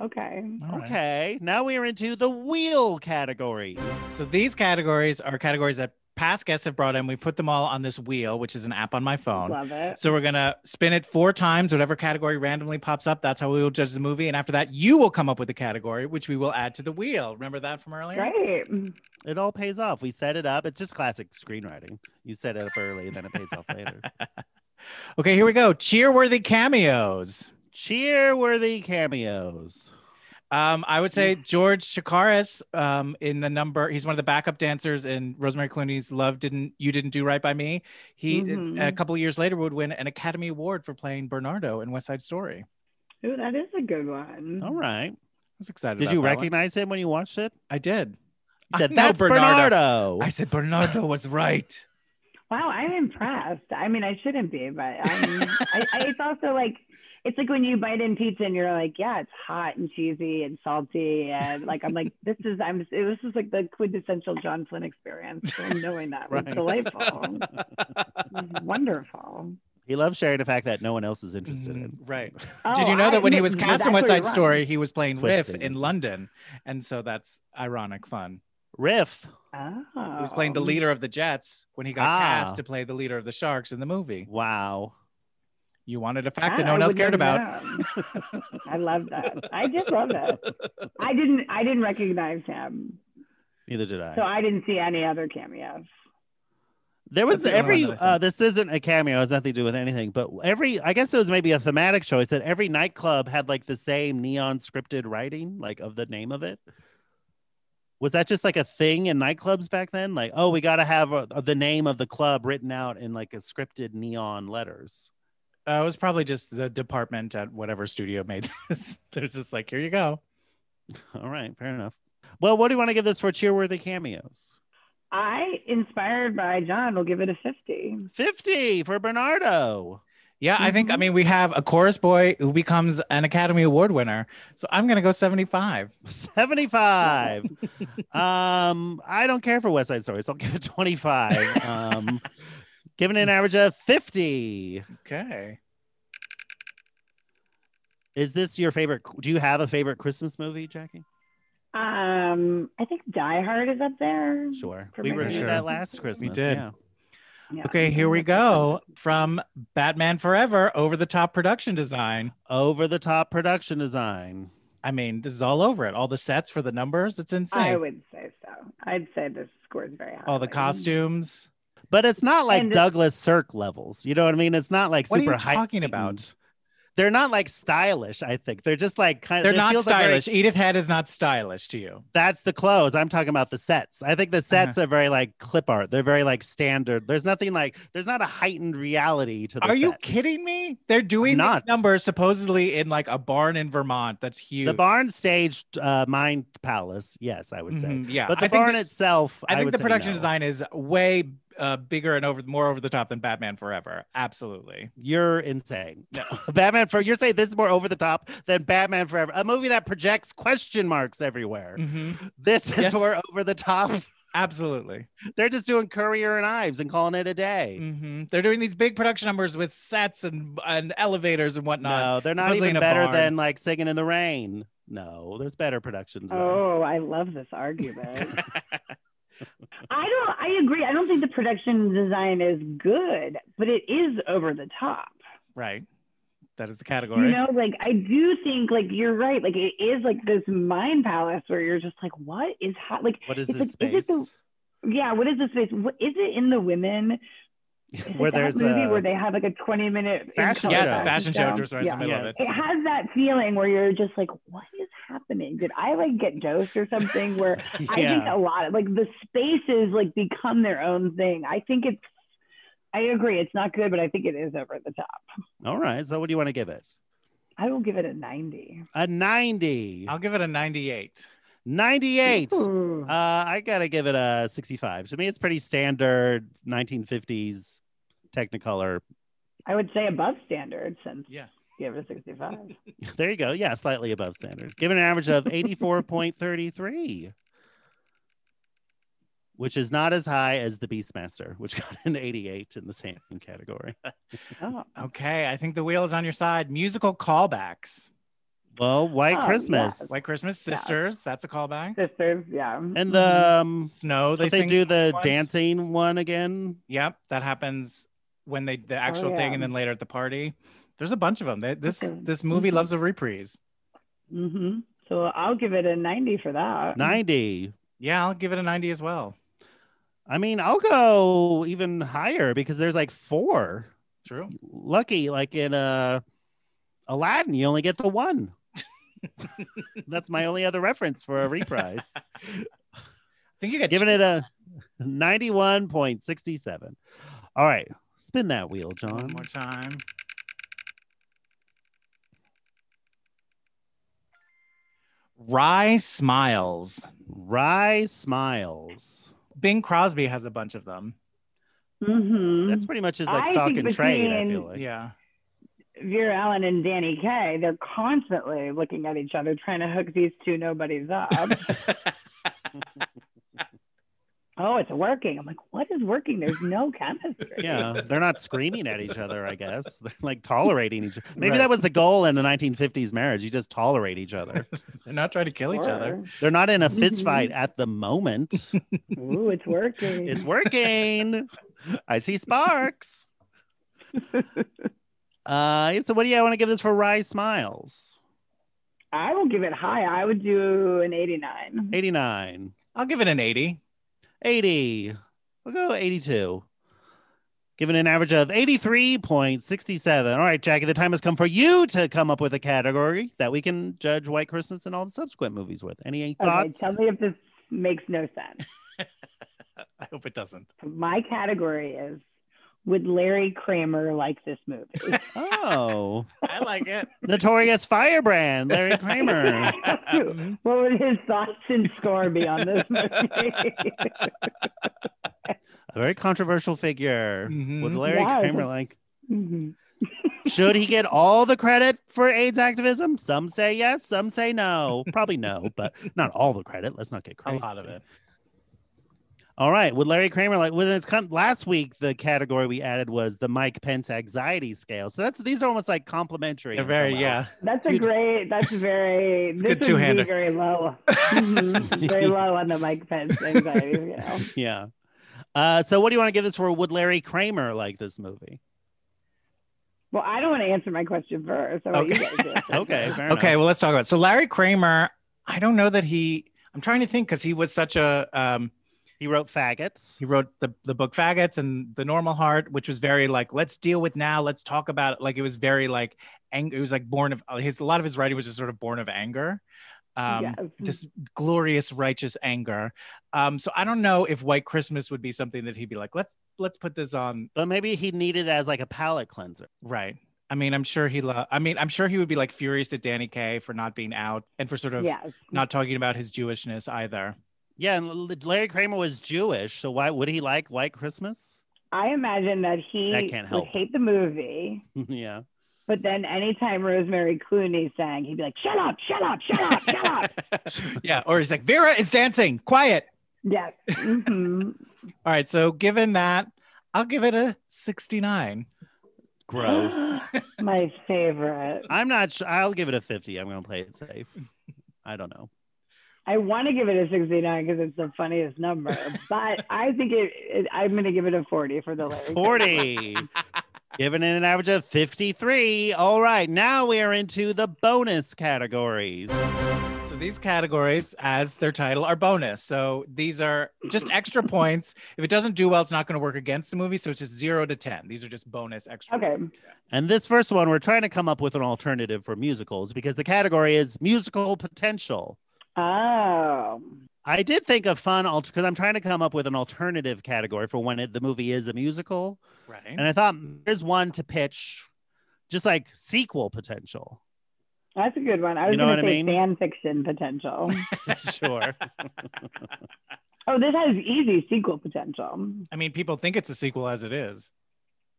S6: Okay.
S4: All right.
S5: Okay. Now we are into the wheel category.
S4: So these categories are categories that past guests have brought in. We put them all on this wheel, which is an app on my phone.
S6: Love it.
S4: So we're gonna spin it four times, whatever category randomly pops up. That's how we will judge the movie. And after that, you will come up with a category, which we will add to the wheel. Remember that from earlier?
S6: Great.
S5: It all pays off. We set it up. It's just classic screenwriting. You set it up early, then it pays off
S4: [laughs]
S5: later.
S4: Okay, here we go. Cheerworthy cameos.
S5: Cheerworthy cameos.
S4: Um, I would say George Chikaris um, in the number. He's one of the backup dancers in Rosemary Clooney's "Love Didn't You Didn't Do Right by Me." He
S6: Mhm.
S4: a couple years later would win an Academy Award for playing Bernardo in West Side Story. I
S6: Ooh, that is a good one.
S5: All right.
S4: was excited.
S5: Did
S4: about
S5: you
S4: Hmm. that one.
S5: recognize him when you watched it?
S4: I did.
S5: You [laughs]
S4: I
S5: said
S4: know
S5: that's Bernardo.
S4: I said Bernardo was right.
S6: Wow, I'm impressed. I mean, I shouldn't be, but I'm, I, I, it's also like it's like when you bite in pizza and you're like, yeah, it's hot and cheesy and salty, and like I'm like, this is I'm this is like the quintessential John Flynn experience. So knowing that was
S5: Right.
S6: delightful,
S4: [laughs]
S6: wonderful.
S5: He loves sharing the fact that no one else is interested in.
S4: Mm, right.
S6: Oh,
S4: Did you know that when
S6: I-
S4: he was
S6: that's
S4: cast in West
S6: where
S4: Side
S6: you're
S4: Story, he was playing Riff
S5: Twisted.
S4: in London, and so that's ironic fun.
S5: [laughs] Riff.
S6: wrong. Oh.
S4: He was playing the leader of the Jets when he got
S5: Ah.
S4: cast to play the leader of the Sharks in the movie.
S5: Wow.
S4: You wanted a fact that
S6: Ah,
S4: no one
S6: I
S4: else
S6: would
S4: cared
S6: never
S4: about.
S6: know. I love that. I did love it. I didn't. I didn't recognize him,
S5: Neither did I.
S6: so I didn't see any other cameos.
S5: There was
S4: That's the only
S5: every
S4: one that I saw.
S5: uh, this isn't a cameo, it has nothing to do with anything, but every I guess it was maybe a thematic choice that every nightclub had like the same neon scripted writing, like of the name of it. Was that just like a thing in nightclubs back then? Like, oh, we got to have uh the name of the club written out in like a scripted neon letters. [laughs]
S4: Uh, it was probably just the department at whatever studio made [laughs] this. There's just like, here you go.
S5: All right, fair enough. Well, what do you want to give this for cheerworthy cameos?
S6: I, inspired by John, will give it a 50.
S5: 50 for Bernardo.
S4: Yeah, I think, I
S6: Mhm.
S4: mean, we have a chorus boy who becomes an Academy Award winner. So I'm going to go 75.
S5: 75 um i don't care for west side story so i'll give it 25 um giving it an average of 50
S4: Okay.
S5: is this your favorite do you have a favorite christmas movie jackie
S6: Um, I think Die Hard is up there.
S5: sure
S6: For
S5: we
S6: my
S5: reviewed
S4: favorite.
S5: that last christmas
S4: did.
S5: yeah.
S6: Yeah.
S4: Okay, here we go from Batman Forever over the top production design.
S5: over the top production design
S4: I mean, this is all over it. All the sets for the numbers, it's
S6: I
S4: insane.
S6: would say so. I'd say this scores very high.
S4: all the costumes.
S5: but it's not like
S6: And it-
S5: douglas cirque levels you know what i mean it's not like
S4: What are
S5: super
S4: you talking
S5: heightened.
S4: about?
S5: they're not like stylish i think they're just like kind
S4: They're
S5: Uh, it
S4: not
S5: feels like very-
S4: stylish. Edith Head is not stylish to you.
S5: That's the clothes. I'm talking about the sets. I
S4: Uh-huh.
S5: think the sets are very like clip art. They're very like standard. There's nothing like there's not a heightened reality to the
S4: Are you
S5: sets.
S4: kidding me? They're doing these
S5: not.
S4: numbers supposedly in like a barn in Vermont. That's huge.
S5: The barn staged uh mind palace, yes, I would say.
S4: Mhm, yeah,
S5: But
S4: I
S5: the
S4: think
S5: barn
S4: this-
S5: itself,
S4: I think
S5: would
S4: the
S5: say
S4: production
S5: no.
S4: design is way uh, bigger and over more over the top than Batman Forever. Absolutely.
S5: You're insane. [laughs] Batman for you're saying this is more over the top than Batman Forever, a movie that projects question marks everywhere. This is
S4: Mm. Yes.
S5: more over the top.
S4: Mm-hmm.
S5: [laughs]
S4: Absolutely.
S5: They're just doing Courier and Ives and calling it a day.
S4: Mhm. They're doing these big production numbers with sets and and elevators and whatnot.
S5: No, they're not
S4: Supposedly
S5: even
S4: in a
S5: better
S4: barn.
S5: than like singing in the
S4: uh,
S5: rain. No, there's better productions. though.
S4: [laughs]
S6: Oh, I love this argument. I don't. I agree. I don't think the production design is good, but it is over the top.
S4: Right. That is the category.
S6: You know, like I do think, like you're right. Like it is like this mind palace where you're just like, what is hot? Like
S5: What is
S6: it's
S5: this
S6: like,
S5: space?
S6: Is it the, yeah, what is this space? What is it in the women? Is
S5: [laughs]
S6: it
S5: Where
S6: that
S5: there's uh,
S6: movie
S5: a-
S6: where they have like a 20 minute
S5: Fashion
S6: in-color
S5: show.
S4: yes, fashion show. Dress right in
S6: Yeah.
S4: the middle
S5: Yes.
S4: of
S6: It
S4: it.
S6: has that feeling where you're just like, what is happening? Did I like get dosed or
S5: [laughs]
S6: something? Where I think
S5: Yeah.
S6: a lot of like the spaces like become their own thing. I think it's, I agree, it's not good, but I think it is over the top.
S5: All right. So what do you want to give it?
S6: I will give it a 90.
S5: A 90.
S4: [laughs] I'll give it a 98.
S5: 98.
S6: Ooh.
S5: Uh, I gotta give it a 65. To me, it's pretty standard 1950s Technicolor. [laughs]
S6: I would say above standard since
S4: Yeah.
S6: give it a 65.
S5: There you go. Yeah, slightly above standard. Given an average of 84.33, which is not as high as the Beastmaster, which [laughs] got an 88 in the same category.
S6: Oh.
S4: Okay. I think the wheel is on your side. Musical callbacks.
S5: Well, White
S6: Oh,
S5: Christmas
S6: yes.
S4: White Christmas,
S6: Yeah.
S4: Sisters. That's a callback.
S6: Sisters, yeah.
S5: and
S6: Mm-hmm.
S5: the um,
S4: Snow.
S5: they,
S4: They,
S5: they
S4: sing
S5: do the
S4: once.
S5: dancing one again.
S4: Yep. That happens when they, the actual
S6: Oh, yeah.
S4: thing, and then later at the party. There's a bunch of them. They, this,
S6: Okay.
S4: this movie
S6: Mhm.
S4: loves a reprise.
S6: hmm So I'll give it a 90 for that.
S5: 90.
S4: Yeah. I'll give it a 90 as well.
S5: I mean, I'll go even higher because there's like four. [laughs]
S4: True.
S5: Lucky, like in uh, Aladdin, you only get the
S4: [laughs]
S5: one. That's my only other reference for a
S4: [laughs]
S5: reprise.
S4: I think you got
S5: Giving it a 91.67. All right, spin that wheel, John.
S4: one more time. Rye smiles.
S5: Rye smiles.
S4: Bing Crosby has a bunch of them.
S6: hmm
S5: That's pretty much his like
S6: I
S5: stock
S6: think
S5: and trade, I
S6: between-
S5: feel like.
S4: [laughs] yeah.
S6: Vera Allen and Danny Kaye, they're constantly looking at each other trying to hook these two nobodies up. oh, it's working. I'm like, what is working? There's no [laughs] chemistry.
S5: yeah they're not screaming at each other i guess they're like tolerating each other maybe
S4: Right.
S5: that was the goal in the 1950s marriage you just tolerate each other
S4: They're not trying to kill each other.
S5: they're not in a
S6: Mhm.
S5: fist fight at the moment
S6: Or- Ooh, it's
S4: [laughs]
S6: working.
S5: it's working i see sparks uh so what do you want to give this for rye smiles
S6: I will give it high. I would do an 89.
S5: 89
S4: I'll give it an 80.
S5: 80 we'll go 82 Given an average of 83.67. All right, Jackie, the time has come for you to come up with a category that we can judge White Christmas and all the subsequent movies with. Any
S6: Okay,
S5: thoughts?
S6: tell me if this makes no sense.
S4: I hope it doesn't.
S6: My category is Would Larry Kramer like this
S4: [laughs]
S6: movie?
S5: [laughs]
S6: [laughs]
S5: oh,
S4: I like [laughs] it.
S5: Notorious Firebrand, Larry Kramer.
S4: Mhm.
S6: what would his thoughts and score be on
S4: [laughs]
S6: this movie? [laughs]
S5: a very controversial figure. Would
S4: Mhm.
S5: Larry
S6: Yes.
S5: Kramer like?
S6: Mhm.
S5: Should he get all the credit for AIDS activism? Some say yes, some say no. Probably no, but not all the credit. Let's not get
S4: A
S5: crazy.
S4: lot of it.
S5: All right. With Larry Kramer, like within its con- last week, the category we added was the Mike Pence anxiety scale. So that's these are almost like complimentary.
S4: They're
S5: in
S4: very,
S5: some
S4: yeah.
S6: That's a
S5: Dude.
S6: great. That's very. this
S4: good
S6: is
S4: two-hander.
S6: me very low. Mhm.
S4: [laughs]
S6: very low on the Mike Pence anxiety. You know.
S5: way. Yeah. Uh, so what do you want to give this for? Would Larry Kramer like this movie?
S6: Well, I don't want to answer my question first. I want you
S4: Okay.
S6: guys
S4: [laughs]
S6: to answer
S5: Okay.
S6: first.
S5: Fair
S4: Okay,
S5: enough.
S4: well, let's talk about it. So Larry Kramer, I don't know that he I'm trying to think because he was such a um
S5: He wrote faggots.
S4: he wrote the, the book faggots and the normal heart which was very like let's deal with now let's talk about it like it was very like anger it was like born of uh, his a lot of his writing was just sort of born of anger um
S6: [laughs] Yes.
S4: this glorious righteous anger um so i don't know if white christmas would be something that he'd be like let's let's put this on
S5: But maybe he needed it as like a palate cleanser.
S4: right i mean i'm sure he lo- i mean i'm sure he would be like furious at danny kaye for not being out and for sort [laughs] of
S6: Yes.
S4: not talking about his jewishness either
S5: Yeah, and L- Larry Kramer was Jewish, so why would he like White Christmas? [laughs]
S6: I imagine that he
S5: That can't help.
S6: would hate the movie,
S5: yeah.
S6: but then anytime Rosemary Clooney sang, he'd be like, "Shut up! Shut up! Shut up! Oh,
S5: [laughs]
S6: Shut up!"
S4: [laughs] yeah or he's like vera is dancing quiet
S6: Yes. hmm
S4: All right. So given that, I'll give it a 69.
S5: Gross.
S6: My favorite.
S5: I'm not. Sh- I'll give it a 50. I'm gonna play it safe. I don't know.
S6: I want to give it a 69 because it's the funniest number, but I think it, it I'm going to give it a 40 for the lyrics.
S4: [laughs]
S5: 40. Given it an average of 53. All right, now we are into the bonus categories.
S4: So these categories, as their title, are bonus. So these are
S5: [clears throat]
S4: just extra points. If it doesn't do well, it's not going to work against the movie. So it's just zero to ten. These are just bonus extra.
S6: Okay.
S5: And this first one, we're trying to come up with an alternative for musicals because the category is musical potential.
S6: Oh,
S5: I did think of fun because I'm trying to come up with an alternative category for when it, the movie is a musical.
S4: Right.
S5: And I thought there's one to pitch just like sequel potential. [laughs]
S6: that's a good one. I
S5: You
S6: was
S5: know
S6: going to
S5: what I
S6: say
S5: mean?
S6: fan fiction potential.
S5: sure.
S6: oh, this has easy sequel potential.
S4: I mean, people think it's a sequel as it is.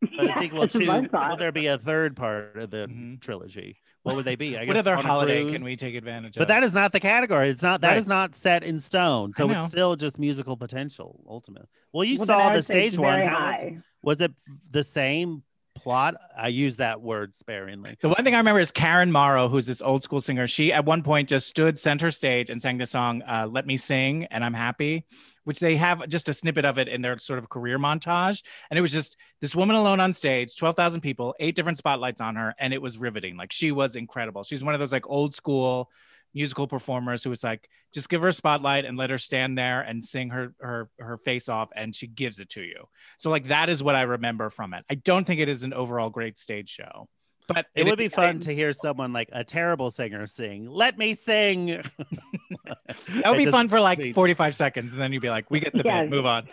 S5: But a
S6: Yeah, [laughs]
S5: sequel
S6: that's
S5: to
S6: my thought.
S5: will there be a third part of the
S4: Mhm.
S5: trilogy? What would they be? I
S4: what other
S5: on a
S4: holiday
S5: cruise?
S4: can we take advantage of?
S5: But that is not the category. It's not that is
S4: Right.
S5: not set in stone.
S4: I
S5: So
S4: know.
S5: it's still just musical potential ultimately. Well, you
S6: Well, then I
S5: saw
S6: would
S5: the
S6: say it's
S5: stage one.
S6: very
S5: How was-
S6: high.
S5: was it the same plot? I use that word sparingly.
S4: The one thing I remember is Karen Morrow, who's this old school singer. She at one point just stood center stage and sang the song uh, "Let Me Sing" and "I'm Happy," which they have just a snippet of it in their sort of career montage. And it was just this woman alone on stage, twelve thousand people, eight different spotlights on her, and it was riveting. Like she was incredible. She's one of those like old school musical performers who was like, just give her a spotlight and let her stand there and sing her her her face off, and she gives it to you. So like that is what I remember from it. I don't think it is an overall great stage show. But
S5: It would be fun to hear someone like a terrible singer sing, Let me sing. [laughs] that
S4: That would be fun for like
S5: please.
S4: 45 seconds, and then you'd be like, "We get the
S6: Yeah.
S4: bit, move on."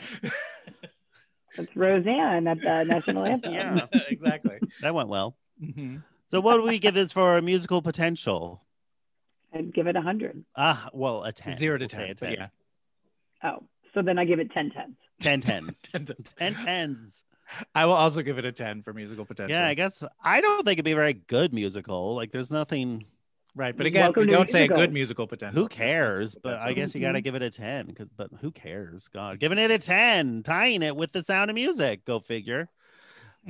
S6: That's Roseanne at the
S5: [laughs]
S6: national
S4: [laughs]
S6: anthem.
S5: Yeah,
S4: exactly.
S5: that went well.
S4: hmm
S5: So what do we give this for musical potential?
S6: I'd give it 100.
S5: Ah, well, a 10.
S4: Zero to
S5: We'll say
S4: ten.
S5: a [laughs]
S4: but yeah,
S6: Oh, so then I give it 10 tens.
S5: 10 tens.
S4: [laughs] 10 to-
S5: 10 tens.
S4: I will also give it a 10 for musical potential.
S5: Yeah, I guess I don't think it'd be a very good musical. Like, there's nothing.
S4: right. But
S6: Just
S4: again,
S6: welcome
S4: we
S6: to
S4: don't say a
S6: musical.
S4: good musical potential.
S5: Who cares? But I guess you got to give it a ten. Because, but who cares? God, giving it a ten, tying it with the Sound of Music. Go
S6: [laughs]
S5: figure.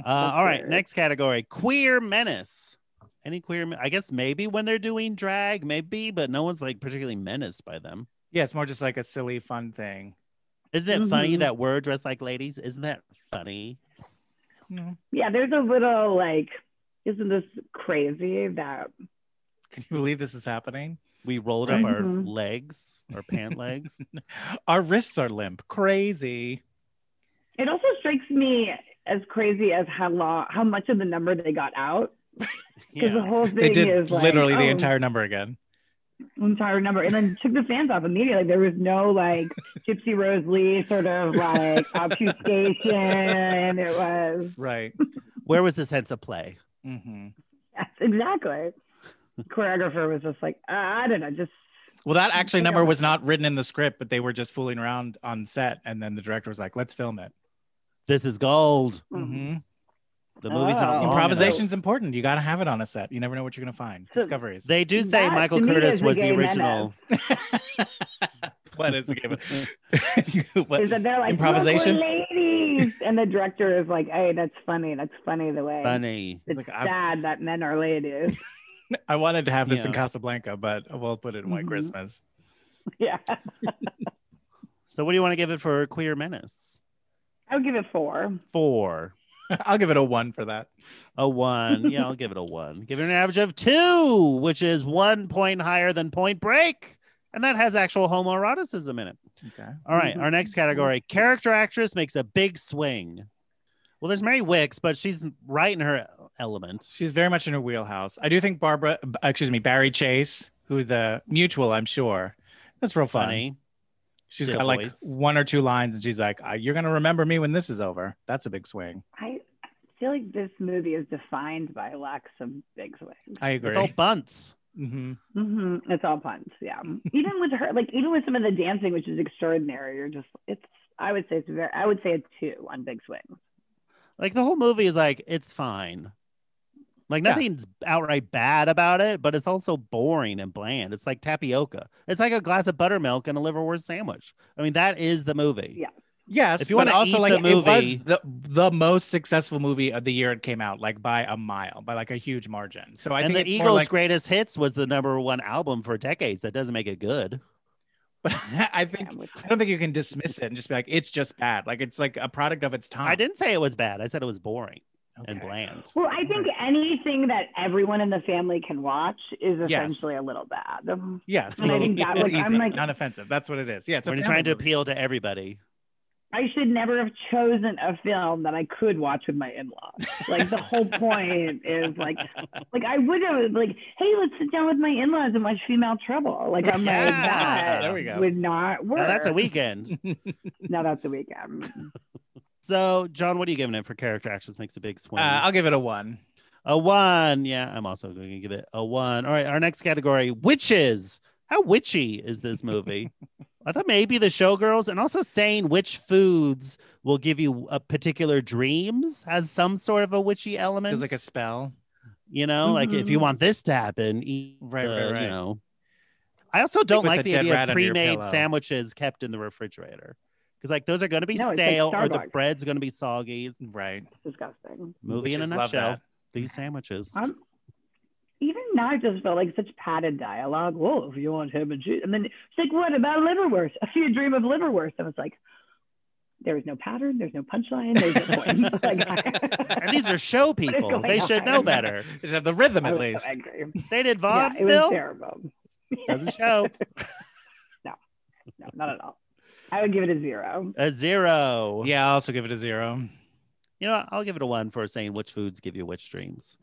S5: Uh, all right,
S6: Queer.
S5: next category: queer menace. Any queer? men- I guess maybe when they're doing drag, maybe, but no one's like particularly menaced by them.
S4: Yeah, it's more just like a silly, fun thing.
S5: Isn't it funny
S6: Mhm.
S5: that we're dressed like ladies? Isn't that funny?
S4: No.
S6: Yeah, there's a little like, isn't this crazy that
S4: Can you believe this is happening?
S5: We rolled up our
S6: Mhm.
S5: legs, our pant
S6: [laughs]
S5: legs.
S4: Our wrists are limp. Crazy.
S6: It also strikes me as crazy as how long, how much of the number they got out. Because the
S5: Yeah.
S6: whole thing
S4: They did
S6: is like,
S4: literally the
S6: oh,
S4: entire number again.
S6: entire number, and then took the fans off immediately. Like, there was no like Gypsy Rose Lee sort of
S4: [laughs]
S6: like obfuscation. It was [laughs]
S4: Right.
S5: Where was the sense of play?
S4: hmm
S6: yes, exactly. Choreographer was just like, uh, I don't know, just
S4: Well, that actually
S6: Yeah.
S4: number was not written in the script, but they were just fooling around on set, and then the director was like, "Let's film it."
S5: This is gold.
S4: hmm
S5: The movie's not
S6: Mm-hmm. Oh.
S5: long enough.
S4: Improvisation's important. You got to have it on a set. You never know what you're going to find.
S6: So-
S4: Discoveries.
S5: They do say
S6: That,
S5: Michael
S6: to me,
S5: Curtis
S6: is a
S5: was the
S6: gay
S5: original.
S4: [laughs] what is the game? What-
S6: is that they're like
S4: Improvisation?
S6: improvisation
S4: [laughs]
S6: ladies, and the director is like, hey, that's funny. That's funny the way.
S5: Funny.
S6: It's
S4: It's like, I'm-
S6: sad that men are ladies. [laughs]
S4: I wanted to have this in
S5: Yeah.
S4: Casablanca, but we'll put it in White
S6: Mhm.
S4: Christmas. [laughs]
S6: yeah,
S5: So what do you want to give it for Queer Menace?
S6: I would give it four.
S5: Four.
S4: I'll give it a one for that.
S5: A one. Yeah, I'll give it a one. Give it an average of two, which is one point higher than point break. And that has actual homoeroticism in it.
S4: Okay.
S5: All right, Our next category character actress makes a big swing. Well, there's Mary Wicks, but she's right in her element.
S4: She's very much in her wheelhouse. I do think Barbara, b- excuse me, Barry Chase, who the mutual, I'm sure. That's real funny.
S5: Funny.
S4: She's
S5: Good
S4: got like
S5: voice.
S4: one or two lines, and she's like, "Uh, "You're gonna remember me when this is over." That's a big swing.
S6: I feel like this movie is defined by lacks of big swings.
S4: I agree.
S5: It's all bunts.
S4: hmm
S6: hmm It's all puns,
S4: [laughs]
S6: yeah. even with her, like even with some of the dancing, which is extraordinary, you're just it's. I would say it's very. I would say a two on big swings.
S5: Like the whole movie is like, it's fine. Like
S4: Yeah.
S5: nothing's outright bad about it, but it's also boring and bland. It's like tapioca. It's like a glass of buttermilk and a liverwort sandwich. I mean, that is the movie.
S6: Yeah.
S4: Yes,
S5: If you
S4: but
S5: wanna
S4: also
S5: eat
S4: like
S5: the movie-
S4: it was the the most successful movie of the year it came out, like by a mile, by like a huge margin. So I
S5: and
S4: think
S5: the
S4: it's more
S5: Eagles'
S4: like,
S5: greatest hits was the number one album for decades. That doesn't make it good.
S4: But [laughs] I think
S6: Yeah, which-
S4: I don't think you can dismiss it and just be like, it's just bad. Like it's like a product of its time.
S5: I didn't say it was bad. I said it was boring and
S4: Okay.
S5: bland.
S6: Well, I think anything that everyone in the family can watch is
S4: Yes.
S6: essentially a little bad. Um,
S4: Yeah, it's a
S6: And I
S4: little,
S6: think
S4: it's
S6: that
S4: a little
S6: was- I'm
S4: easy,
S6: like-
S4: non-offensive. That's what it is. Yeah, it's a
S5: When you're
S4: family
S5: trying to
S4: movie.
S5: appeal to everybody.
S6: I should never have chosen a film that I could watch with my in-laws. Like the
S4: [laughs]
S6: whole point is like, like I would have like, hey, let's sit down with my in-laws and watch Female Trouble. Like I'm
S5: Yeah,
S6: like that
S4: there we go.
S6: would not work.
S5: Now that's a
S4: [laughs]
S5: weekend.
S6: Now that's a weekend.
S5: so, John, what are you giving it for character actions? Makes a big swing.
S4: Uh, I'll give it a one.
S5: a one. Yeah, I'm also going to give it a one. All right, our next category: witches. How witchy is this
S4: [laughs]
S5: movie? I thought maybe the showgirls and also saying which foods will give you a particular dreams has some sort of a witchy element.
S4: It's like a spell.
S5: you know, like if you
S6: Mhm.
S5: want this to happen, eat
S4: Right,
S5: the,
S4: right, right.
S5: You know, I also don't
S4: with
S5: like
S4: the
S5: the
S4: dead
S5: idea of
S4: rat under your
S5: pre-made
S4: pillow.
S5: sandwiches kept in the refrigerator because like those are going to be
S6: No, it's like
S5: stale or the
S6: Starbucks.
S5: bread's going to be soggy. It's
S4: Right.
S6: Disgusting.
S5: a movie in a
S4: Witches love
S5: nutshell.
S4: that.
S5: These sandwiches.
S6: Um, even now, I just felt like such padded dialogue. Whoa, if you want him and she, and then it's like, what about liverwurst? A few dream of liverwurst. And it's like, there was no pattern. There's no punchline. There's no point. [laughs] like, I-
S5: and these are
S6: [laughs]
S5: show people.
S6: going
S5: They should
S6: on?
S5: know better.
S4: Just have the rhythm
S6: I
S4: at
S6: was
S4: least.
S6: so angry.
S5: They did
S6: [laughs] Yeah, it was
S5: vaudeville.
S6: terrible.
S5: Doesn't
S6: [laughs]
S5: show
S6: No, not at all. I would give it a zero.
S5: a zero.
S4: Yeah, I'll also give it a zero.
S5: You know, what? I'll give it a one for saying which foods give you which dreams.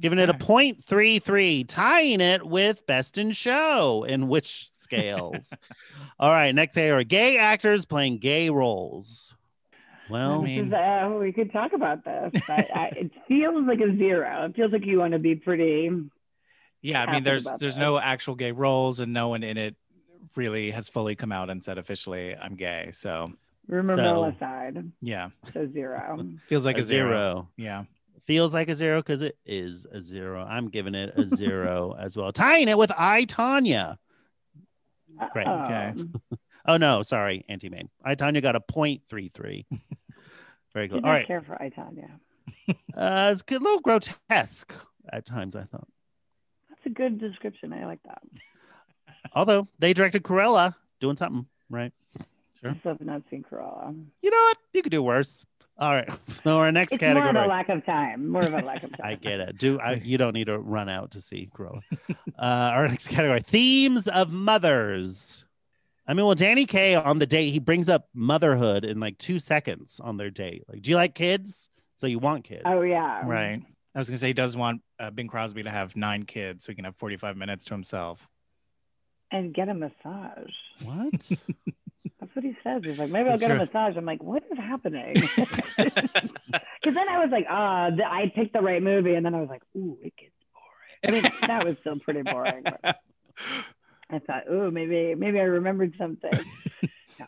S5: Giving it a
S4: Okay.
S5: point three three, tying it with best in show in which
S4: [laughs]
S5: scales. All right, next here, gay actors playing gay roles. Well,
S4: I mean-
S6: This is, uh, we could talk about this,
S5: [laughs]
S6: but I, it feels like a zero. It feels like you want to be pretty.
S4: Yeah, I mean,
S6: Happy
S4: there's
S6: about
S4: there's
S6: that.
S4: no actual gay roles, and no one in it really has fully come out and said officially I'm gay. So
S6: Rumor
S5: So-
S6: mill aside,
S4: yeah,
S6: so zero.
S4: feels like a,
S5: a zero.
S4: Yeah,
S5: feels like a zero because it is a zero. I'm giving it a
S4: [laughs]
S5: zero as well. Tying it with I Tanya. [laughs] Great,
S6: Uh,
S4: okay.
S6: Uh-oh.
S5: Oh no, sorry, Auntie Maine. I Tanya got a point three three. Very
S6: Did
S5: good.
S6: not
S5: All right.
S6: care for Itania.
S5: Uh, it's a little grotesque at times, I thought.
S6: That's a good description. I like that.
S5: Although they directed Cruella doing something, right?
S6: I still have not seen Cruella.
S5: You know what? You could do worse. All right. [laughs] So our next
S6: It's
S5: category.
S6: more of a lack of time. More of a
S5: [laughs]
S6: lack of time.
S5: I get it. Do I, you don't need to run out to see Cruella. Uh, our next category: themes of mothers. I mean, well, Danny Kaye on the date he brings up motherhood in like two seconds on their date. Like, do you like kids? So you want kids?
S6: Oh yeah.
S4: right. I was gonna say he does want uh, Bing Crosby to have nine kids, so he can have 45 minutes to himself.
S6: And get a massage.
S5: What?
S6: That's what he says. He's like, maybe I'll
S4: That's
S6: get
S4: true.
S6: a massage. I'm like, what is happening?
S5: [laughs]
S6: [laughs] Because then I was like, ah, th- I picked the right movie, and then I was like, ooh, it gets boring. I mean, that was still pretty [laughs] boring. but I thought, ooh, maybe maybe I remembered something. No,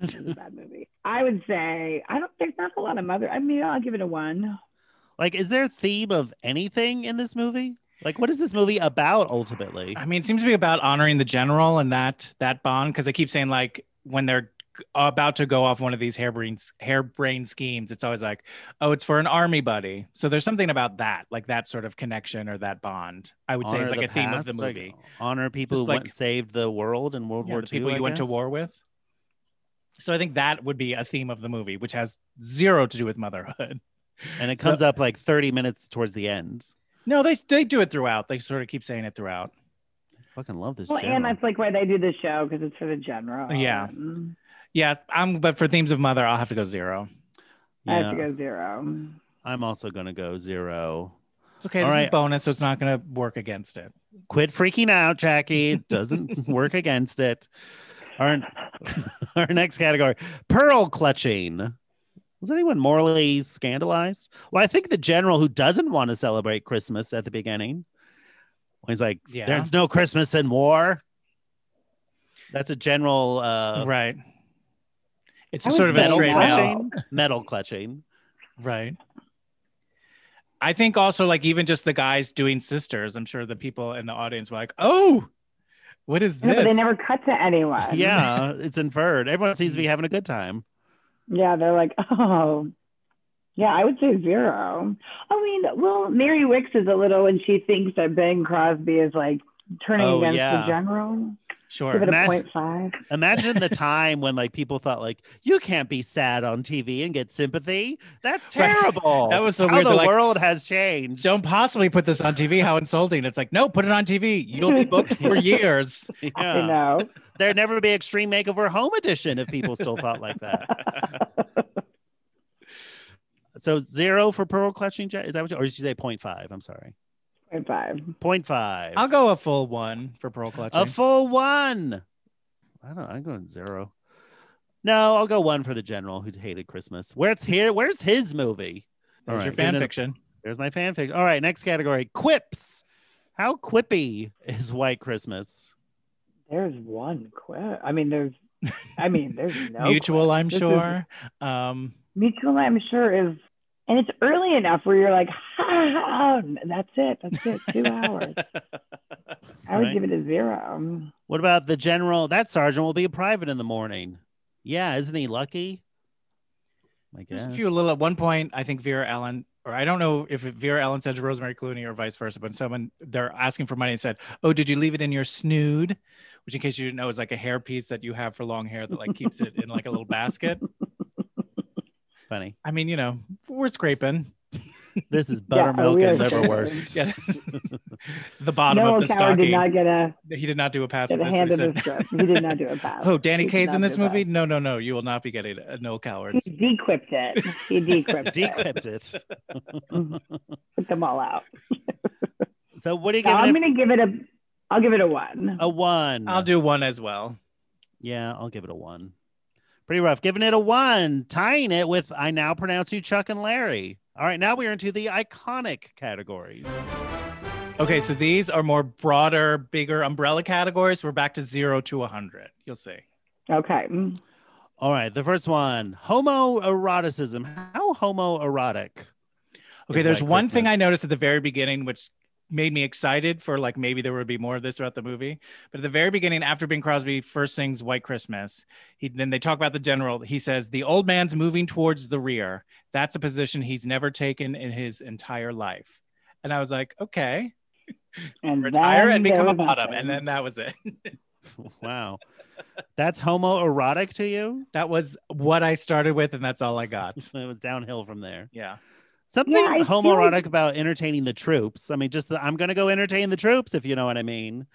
S6: it was a bad movie. I would say I don't. There's not a lot of mother. I mean, I'll give it a one.
S5: [laughs] like, is there a theme of anything in this movie? Like, what is this movie about ultimately?
S4: I mean, it seems to be about honoring the general and that that bond because they keep saying like when they're about to go off one of these harebrained harebrained schemes, it's always like, oh, it's for an army buddy. So there's something about that, like that sort of connection or that bond. I would say is
S5: Honor
S4: like
S5: the
S4: a theme of the
S5: past, like,
S4: movie.
S5: honor people
S4: Just
S5: who
S4: like-
S5: went, saved the world in World
S4: Yeah,
S5: War
S4: the
S5: II.
S4: people
S5: I
S4: you went to
S5: guess?
S4: war with. So I think that would be a theme of the movie, which has zero to do with motherhood.
S5: and it
S4: So-
S5: comes up like 30 minutes towards the end.
S4: No, they they do it throughout. They sort of keep saying it throughout.
S5: Fucking love this.
S6: Well, and
S5: general.
S6: that's like why they do the show because it's for the general.
S4: Yeah.
S6: Mm.
S4: Yeah, I'm but for themes of mother, I'll have to go zero.
S6: I have to
S5: Yeah.
S6: go zero.
S5: I'm also gonna go zero.
S4: It's okay.
S5: All
S4: this is
S5: right.
S4: bonus, so it's not going to work against it.
S5: Quit freaking out, Jackie. It
S6: [laughs]
S5: Doesn't work against it. Our [laughs] our next category: pearl clutching. Was anyone morally scandalized? Well, I think the general who doesn't want to celebrate Christmas at the beginning, when he's like,
S4: Yeah.
S5: "There's no Christmas in war." That's a general uh,
S4: right. It's
S6: I
S4: just sort of
S6: would
S4: a
S5: metal
S6: say
S4: straight
S6: no.
S4: out.
S5: clutching. Metal
S6: [laughs]
S5: clutching.
S4: Right. I think also like even just the guys doing sisters, I'm sure the people in the audience were like, "Oh, what is
S6: No, but they
S4: this?"
S6: never cut to anyone.
S5: Yeah, it's inferred. Everyone seems to be having a good time.
S6: Yeah, they're like, [laughs] oh, yeah, I would say zero. I mean, well, Mary Wicks is a little when she thinks that Bing Crosby is like turning
S5: Oh,
S6: against
S5: yeah.
S6: the general. Give
S4: Sure.
S6: it a
S5: Imagine-
S6: point five.
S5: Imagine the time when like people thought like you can't be sad on TV and get sympathy. That's
S4: Right. [laughs]
S5: terrible.
S4: That was so
S5: How
S4: weird.
S5: the
S4: They're like,
S5: world has changed.
S4: Don't possibly put this on TV. How insulting. It's like, no, put it on TV. You'll be booked for
S6: [laughs]
S4: years.
S6: You
S5: yeah.
S6: know.
S5: there'd never be extreme makeover home edition if people still thought like that. so zero for pearl clutching jet. Is that what you or did you say 0.5? I'm sorry.
S6: Point five.
S5: 0.5.
S4: [laughs] I'll go a full one for pearl clutching.
S5: A full one. I don't. I'm going zero. No, I'll go one for the general who hated Christmas. Where's here? Where's his movie?
S4: There's your
S5: All right,
S4: fan
S5: and then-
S4: fiction.
S5: There's my fan fiction. All right, next category: quips. How quippy is White Christmas?
S6: There's one quit. I mean, there's. I mean, there's no
S4: Mutual,
S6: quit.
S4: I'm
S6: This is-
S4: sure. Um,
S6: Mutual, I'm sure is, and it's early enough where you're like, ha, ha, that's it, that's it, two
S4: [laughs]
S6: hours.
S5: [laughs]
S6: I would
S5: Right.
S6: give it a zero.
S5: What about the general? That sergeant will be a private in the morning. Yeah, isn't he lucky? I
S4: There's
S5: guess.
S4: a few little at one point. I think Vera Allen, or I don't know if Vera Allen said to Rosemary Clooney or vice versa, but someone they're asking for money and said, "Oh, did you leave it in your snood?" Which, in case you didn't know, is like a hair piece that you have for long hair that like keeps it in like a little basket.
S5: Funny.
S4: I mean, you know, we're scraping.
S5: This is
S6: [laughs] Yeah,
S5: buttermilk
S6: we
S5: and
S6: are-
S4: [laughs]
S5: liverwurst. [laughs]
S4: Yeah. the bottom
S6: Noel
S4: of the
S6: Coward
S4: stocking.
S6: did not get a
S4: he did not do a pass.
S6: get
S4: in
S6: a
S4: this.
S6: hand
S4: We
S6: in the
S4: said-
S6: strip. He did not do
S4: [laughs]
S6: a pass.
S4: Oh, Danny
S6: He did
S4: Kaye's
S6: not
S4: in this
S6: do a
S4: movie?
S6: pass.
S4: No, no, no. You will not be getting a no coward.
S6: He dequipped it. He
S4: [laughs]
S6: dequipped it.
S5: Dequipped it.
S6: Put them all out.
S5: So what are you
S6: So
S5: giving?
S6: I'm
S5: it
S6: gonna give it a. I'll give it a one.
S5: a one.
S4: I'll do one as well.
S5: Yeah, I'll give it a one. Pretty rough. Giving it a one, tying it with I now pronounce you Chuck and Larry. All right, now we are into the iconic categories.
S4: Okay, so these are more broader, bigger umbrella categories. We're back to zero to 100. You'll see. Oh.
S6: Okay.
S5: All right, the first one homoeroticism. How homoerotic?
S4: Okay,
S5: is
S4: there's
S5: White
S4: one thing I
S5: Christmas?
S4: noticed at the very beginning, which made me excited for like maybe there would be more of this throughout the movie. But at the very beginning, after Bing Crosby first sings White Christmas, he then they talk about the general. He says, The old man's moving towards the rear. That's a position he's never taken in his entire life. And I was like, okay,
S6: And
S4: retire
S6: then
S4: and become
S6: there
S4: a
S6: was
S4: bottom.
S6: nothing.
S4: And then that was it. [laughs]
S5: [laughs] Wow. That's homoerotic to you? [laughs]
S4: that was what I started with, and that's all I got.
S6: [laughs]
S5: It was downhill from there.
S4: Yeah.
S5: Something
S6: Yeah, I feel
S5: homoerotic
S6: like-
S5: about entertaining the troops. I mean, just the, I'm going to go entertain the troops, if you know what I mean.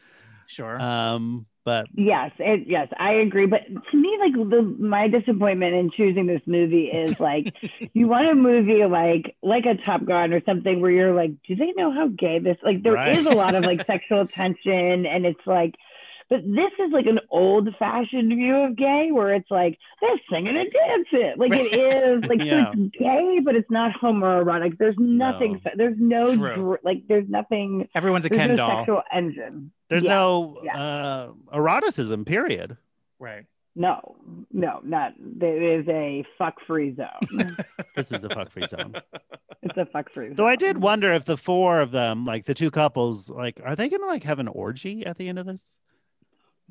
S4: Sure.
S6: Uh,
S5: Um, but
S6: Yes, it, yes, I agree. But to me, like the my disappointment in choosing this movie is
S4: [laughs]
S6: like, you want a movie like like a Top Gun or something where you're like, do they know how gay this? Like there is
S5: Right.
S6: a lot of
S4: [laughs]
S6: like sexual tension, and it's like, but this is like an old fashioned view of gay where it's like they're singing and dancing. Like
S5: [laughs]
S6: it is like so
S5: Yeah.
S6: it's gay, but it's not homoerotic. There's nothing.
S5: No.
S6: se- There's no
S4: True.
S6: dr- like there's nothing.
S4: Everyone's a
S6: There's
S4: Ken
S6: no
S4: doll.
S6: sexual engine.
S5: there's
S6: Yeah.
S5: no
S6: yeah.
S5: uh, eroticism, period.
S4: Right.
S6: No, no, not. There is a fuck
S5: [laughs]
S6: free zone.
S5: This is a fuck free zone.
S6: it's a fuck free zone.
S5: [laughs] Though I did wonder if the four of them, like the two couples, like are they gonna like have an orgy at the end of this?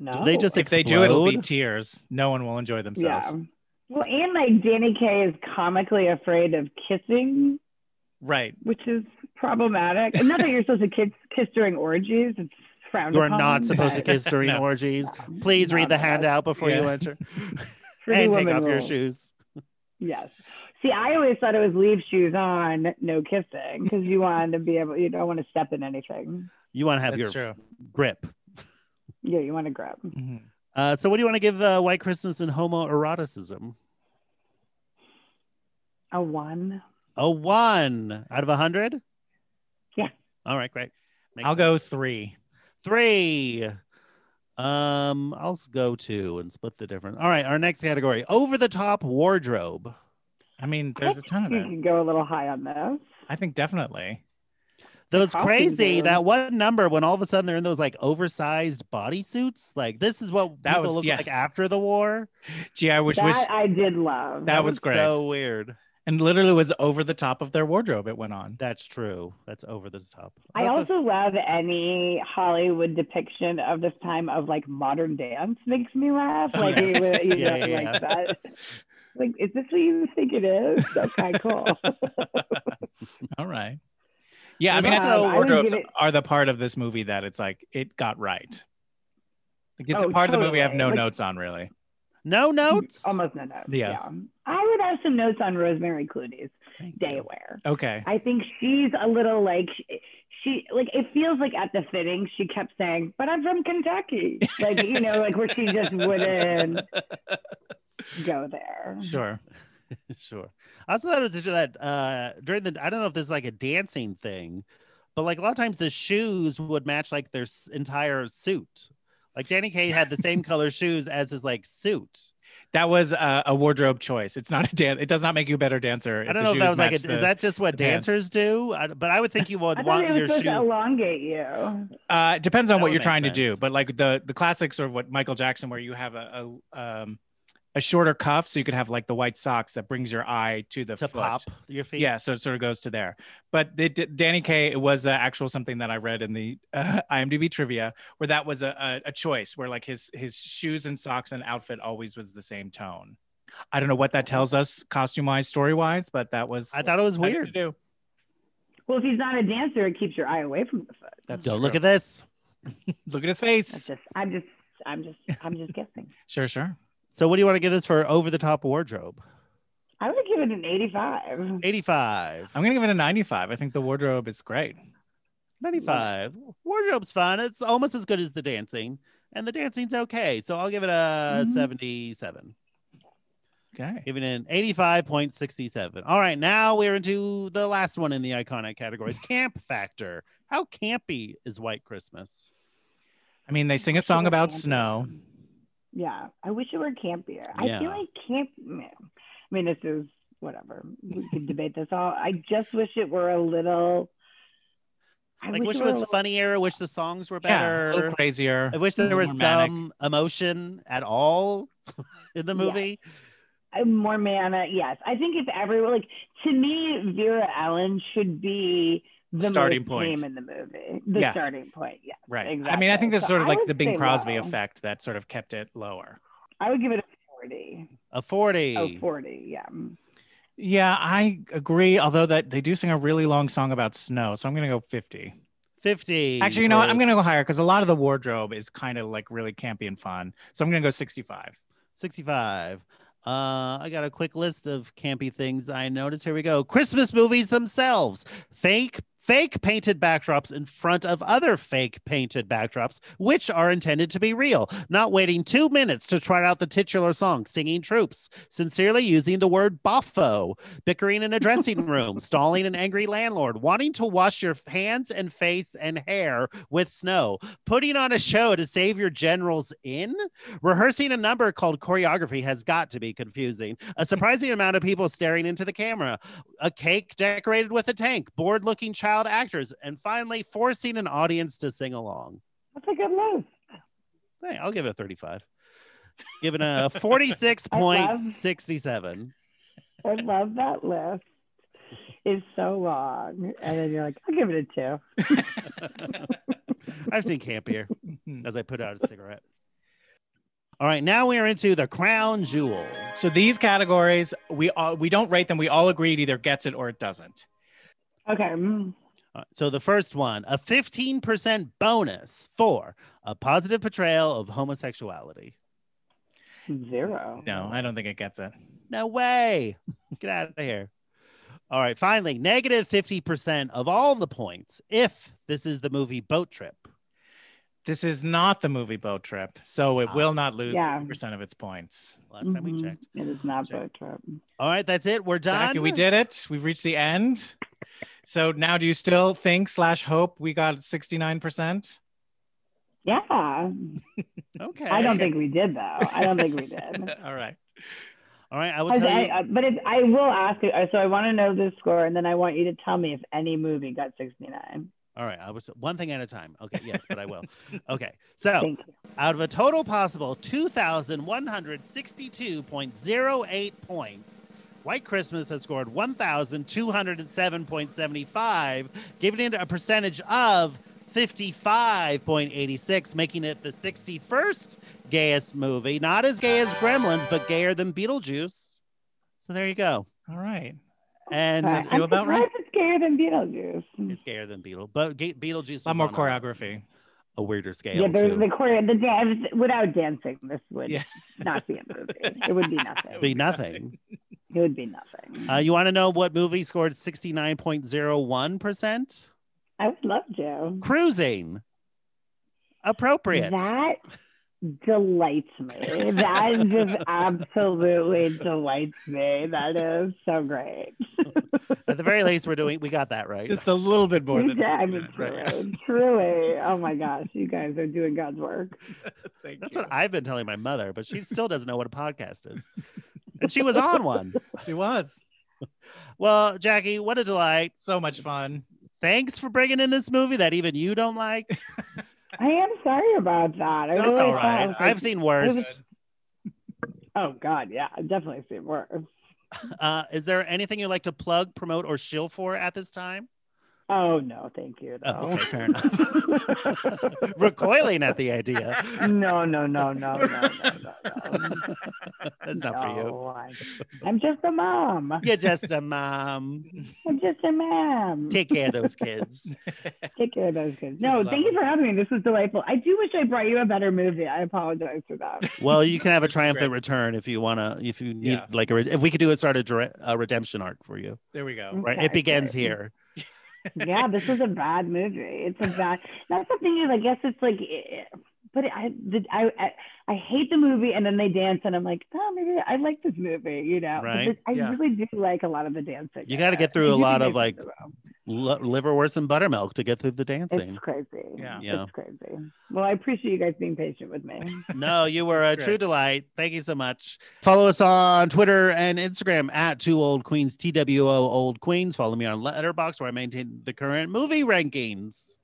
S6: No.
S5: they just
S4: If they do, it'll be
S5: Explode?
S4: tears. No one will enjoy themselves.
S6: yeah. Well, and like Danny Kaye is comically afraid of kissing,
S4: Right.
S6: which is problematic. And not that you're supposed to kiss, kiss during orgies. It's frowned
S5: You are
S6: upon,
S5: not supposed to
S6: but
S5: kiss during
S4: [laughs] No.
S5: orgies. Please
S6: No,
S5: read the
S6: no.
S5: handout before you
S6: [laughs]
S4: Yeah. [laughs]
S5: enter
S6: Pretty
S5: and take
S6: Woman
S5: off your
S6: rules.
S5: shoes.
S6: Yes. See, I always thought it was leave shoes on, no kissing, because you want to be able, you don't want to step in anything.
S5: You want to have
S4: That's
S5: your
S4: true.
S5: grip.
S6: Yeah, you want to grab.
S4: Mhm.
S5: Uh, so, what do you want to give uh, White Christmas and homoeroticism?
S6: A one.
S5: A one out of a hundred.
S6: Yeah.
S5: All right, great. Makes
S4: I'll go
S5: sense.
S4: three.
S5: three. Um, I'll s- go two and split the difference. All right, our next category: over the top wardrobe.
S4: I mean, there's a ton of
S6: you
S4: it.
S6: can go a little high on this.
S4: I think definitely.
S5: Those
S6: costume
S5: crazy
S6: game.
S5: that one number when all of a sudden they're in those like oversized bodysuits. Like this is what
S4: That
S5: people
S4: was-
S5: look
S4: yeah.
S5: like after the war.
S4: Gee, I wish,
S6: that
S4: wish
S6: I did love.
S4: That was great.
S5: So weird.
S4: and literally was over the top of their wardrobe. It went on.
S5: That's true. That's over the top.
S6: I
S5: Of the-
S6: also love any Hollywood depiction of this time of like modern dance makes me laugh. Like,
S5: Yes.
S6: you, you
S5: Yeah, yeah,
S6: know,
S5: yeah.
S6: like that. Like, is this what you think it is? Okay, cool.
S4: All right. Yeah, I
S5: There's
S4: mean, I
S5: also-
S4: think
S5: I would
S4: wardrobes
S6: give it-
S4: are the part of this movie that it's like it got right. Like, it's
S6: Oh,
S4: a part of the movie I have
S6: totally.
S4: no
S6: Like-
S4: notes on really.
S6: Mm,
S5: No notes.
S6: Almost no notes.
S4: Yeah.
S6: I would have some notes on Rosemary Clooney's daywear.
S4: Okay.
S6: I think she's a little like she like it feels like at the fitting she kept saying, "But I'm
S5: [laughs]
S6: from Kentucky," like you know, like where she [laughs] just wouldn't go there.
S4: Sure.
S5: [laughs] sure. I also thought it was interesting that uh, during the I don't know if this is like a dancing thing, but like a lot of times the shoes would match like their s- entire suit. Like Danny Kaye had the
S4: [laughs]
S5: same color shoes as his like suit.
S4: That was uh, a wardrobe choice. It's not a dance. It does not make you a better dancer.
S5: I
S4: the
S5: don't know if
S4: shoes
S5: that was like a,
S4: match the-
S5: is that just what
S4: the pants.
S5: dancers do? I, but I would think you
S6: [laughs] I
S5: would
S6: thought
S5: want
S6: it was
S5: your
S6: supposed to
S5: shoe.
S6: elongate you.
S4: Uh, it depends on
S5: That
S4: what
S5: would
S4: you're
S5: make
S4: trying to do,
S5: sense.
S4: but like the the classics sort of what Michael Jackson, where you have a, a um a shorter cuff, so you could have like the white socks that brings your eye to the
S5: to
S4: foot.
S5: pop your feet.
S4: Yeah, so it sort of goes to there. But they did Danny Kaye, it was uh, actual something that I read in the uh, IMDb trivia, where that was a, a a choice, where like his his shoes and socks and outfit always was the same tone. I don't know what that tells us costume wise, story wise, but that was
S5: I thought it was
S4: I had
S5: weird.
S4: to do.
S6: Well, if he's not a dancer, it keeps your eye away from the foot.
S4: That's
S5: Don't look
S4: true.
S5: at this.
S4: look at
S6: That's
S4: his face.
S6: just I'm just I'm just I'm just guessing.
S4: Sure, sure.
S5: So what do you want to give this for over the top wardrobe?
S6: I would give it an 85.
S5: 85.
S4: I'm gonna give it a 95. I think the wardrobe is great.
S5: 95. Wardrobe's fun. It's almost as good as the dancing, and the dancing's okay. So I'll give it a
S6: Mhm.
S5: 77.
S4: Okay.
S5: Giving it an 85.67. All right, now we're into the last one in the iconic categories camp factor. How campy is White Christmas?
S4: I mean, they sing a song about
S6: Campy.
S4: snow.
S6: Yeah, I wish it were campier. I
S5: Yeah.
S6: feel like camp. I mean, this is whatever. We could debate this all. I just wish it were a little. I
S5: Like, wish
S6: it
S5: it
S6: were a
S5: was
S6: little-
S5: funnier. Wish the songs were
S4: Yeah, a little
S5: better.
S4: crazier.
S5: I wish there was
S4: [laughs] more manic.
S5: some emotion at all [laughs] in the
S6: Yeah.
S5: movie.
S6: uh, more mana. Yes, I think if everyone like to me, Vera Allen should be the
S4: Starting
S6: most
S4: point.
S6: tame in the movie. The
S4: Yeah.
S6: starting point. Yeah,
S4: Right. I mean, I
S6: exactly.
S4: think this is
S6: So
S4: sort of
S6: I
S4: like
S6: would
S4: the Bing
S6: say
S4: Crosby
S6: low.
S4: effect that sort of kept it lower.
S6: I would give it a forty.
S5: A 40.
S6: Oh, 40, Yeah.
S4: Yeah, I agree. Although that they do sing a really long song about snow, so I'm gonna go 50.
S5: 50.
S4: Actually, you know what?
S5: for-
S4: I'm gonna go higher because a lot of the wardrobe is kind of like really campy and fun. So I'm gonna go [laughs] 65.
S5: 65. Uh, I got a quick list of campy things I noticed. Here we go. Christmas movies themselves. Fake fake painted backdrops in front of other fake painted backdrops which are intended to be real not waiting two minutes to trot out the titular song singing troops sincerely using the word boffo bickering in a dressing room stalling an angry landlord wanting to wash your hands and face and hair with snow putting on a show to save your generals in Rehearsing a number called choreography has got to be confusing. A surprising amount of people staring into the camera, a cake decorated with a tank, bored looking child actors, and finally forcing an audience to sing along.
S6: That's a good move.
S5: Hey, I'll give it a 35. Given a 46.67.
S6: [laughs] I love that list. It's so long. And then you're like, I'll give it a two.
S5: I've seen campier
S4: Mhm.
S5: as I put out a cigarette. All right, now we are into the crown jewel.
S4: [laughs] So these categories, we all we don't rate them. We all agree it either gets it or it doesn't.
S6: Okay. mm.
S5: Uh, So the first one, a 15% bonus for a positive portrayal of homosexuality.
S6: Zero.
S4: No, I don't think it gets it.
S5: No way. [laughs] Get out of here. All right, finally, negative 50% of all the points if this is the movie Boat Trip.
S4: This is not the movie Boat Trip, so it
S5: Ah.
S4: will not lose
S6: Yeah.
S4: 50% of its points.
S5: Last time we
S4: Mm-hmm.
S6: Mhm.
S5: checked.
S6: It is not
S5: Check.
S6: boat trip.
S5: All right, that's it. We're done.
S4: Jackie, we did it. We've reached the end. So now, do you still think slash hope we got sixty nine percent?
S6: Yeah.
S5: Okay.
S6: I don't think we did, though. I don't think
S5: [laughs]
S6: we did.
S4: [laughs] All right.
S5: All right, I will
S6: I-
S5: tell
S6: I-
S5: you.
S6: I- but if, I will ask you. uh, So I want to know the score, and then I want you to tell me if any movie got 69.
S5: All right, I was one thing at a time. Okay, yes, but I will. Okay, so
S6: [laughs] Thank you.
S5: out of a total possible 2,162.08 points, White Christmas has scored 1,207.75, giving it a percentage of 55.86, making it the 61st gayest movie. Not as gay as Gremlins, but gayer than Beetlejuice. So there you go.
S4: All right.
S5: And
S6: All right.
S4: feel
S6: I'm [laughs]
S4: about right?
S6: surprised It's gayer than Beetlejuice.
S5: it's gayer than Beetle, but Ge- Beetlejuice.
S4: A
S5: was
S4: lot more
S5: on a-
S4: choreography.
S5: a weirder scale.
S6: Yeah, there's
S5: too.
S6: the choreo, the dance without dancing. This would
S4: Yeah. [laughs]
S6: not be a movie. It would be nothing.
S5: be nothing.
S6: It would be nothing.
S5: [laughs] Uh, you want to know what movie scored 69.01%?
S6: I would love to.
S5: Cruising. Appropriate.
S6: That delights me. That
S5: [laughs]
S6: just absolutely delights me. That is so great.
S5: At the very least, we're doing, we got that right.
S4: Just a little bit more than
S6: [laughs] yeah, I
S4: 69,
S6: mean, truly,
S4: right?
S6: truly. Oh my gosh, you guys are doing God's work.
S4: Thank
S5: That's
S4: you.
S5: what I've been telling my mother, but she still doesn't know what a podcast
S6: [laughs]
S5: is. And she was on one.
S4: she was.
S5: Well, Jackie, what a delight.
S4: So much fun.
S5: Thanks for bringing in this movie that even you don't like.
S6: I am sorry about that. I
S5: That's
S6: really
S5: all
S6: thought- I
S5: right.
S6: was like,
S5: I've seen worse.
S6: Oh God, yeah, I definitely see worse.
S5: Uh, is there anything you'd like to plug, promote, or shill for at this time?
S6: Oh no, thank you.
S5: Oh,
S6: no.
S5: okay, fair enough. [laughs] Recoiling at the idea.
S6: [laughs] no, no, no, no, no, no, no, no.
S5: [laughs] That's not for you.
S6: No, I- I'm just a mom.
S5: You're just a mom.
S6: I'm just a mom.
S5: Take care of those kids.
S4: [laughs]
S6: Take care of those kids.
S4: Just
S6: No,
S4: love
S6: thank you
S4: them.
S6: for having me. This was delightful. I do wish I brought you a better movie. I apologize for that.
S5: [laughs] [laughs] Well, you can have a triumphant
S4: great.
S5: return if you wanna. If you need
S4: Yeah.
S5: like a, re- if we could do it, start a, dire- a redemption arc for you.
S4: There we go.
S5: Right, it
S6: Okay,
S5: begins
S6: great.
S5: here.
S6: yeah, this is a bad movie. It's a bad. That's the thing is, I guess it's like, eh, but I, the, I, I, I hate the movie, and then they dance, and I'm like, oh, maybe I like this movie, you know? But
S5: Right,
S6: this- I
S4: yeah.
S6: really do like a lot of the dancing.
S5: You
S6: in
S5: gotta
S6: it.
S5: get through
S6: I
S5: a
S6: do think
S5: lot
S6: I
S5: of, like,
S6: do, though.
S5: L- liverwurst and buttermilk to get through the dancing.
S6: It's crazy.
S4: Yeah.
S5: Yeah.
S6: It's crazy. Well, I appreciate you guys being patient with me.
S5: No, you were a
S4: [laughs] That's
S5: true
S4: great.
S5: delight. Thank you so much. Follow us on Twitter and Instagram at Two Old Queens, T W O Old Queens. Follow me on Letterbox where I maintain the current movie rankings.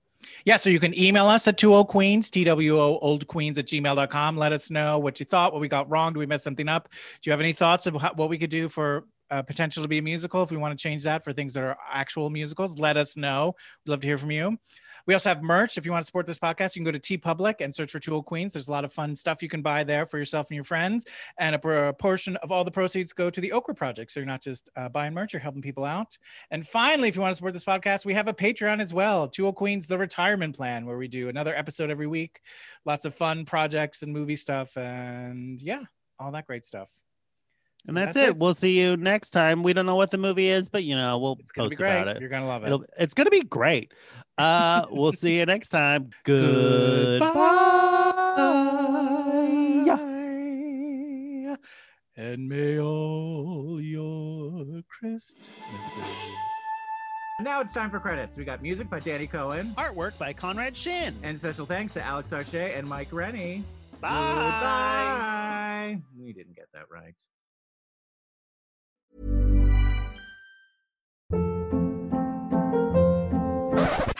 S4: Yeah, so you can email us at 20 queens, TWO old queens at gmail.com. Let us know what you thought, what we got wrong. Do we mess something up? Do you have any thoughts of how, what we could do for uh, potential to be a musical? If we want to change that for things that are actual musicals, let us know. We'd love to hear from you. We also have merch. If you want to support this podcast, you can go to T Public and search for Two Old Queens. There's a lot of fun stuff you can buy there for yourself and your friends. And a pro- portion of all the proceeds go to the Okra Project. So you're not just uh, buying merch, you're helping people out. And finally, if you want to support this podcast, we have a Patreon as well, Two Old Queens, The Retirement Plan, where we do another episode every week. Lots of fun projects and movie stuff. And yeah, all that great stuff. So
S5: And that's, it. We'll see you next time. We don't know what the movie is, but you know, we'll
S4: it's going to
S5: post
S4: be great.
S5: about it.
S4: You're going to love it.
S5: It'll, it's going to be great. Uh, we'll see you next [laughs] time.
S4: Goodbye. And may all your Christmases. Now it's time for credits. We got music by Danny Cohen.
S5: Artwork by Conrad Shin.
S4: And special thanks to Alex Arche and Mike Rennie.
S5: Bye.
S4: Goodbye. We didn't get that right.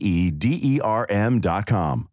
S6: E D E R M.com.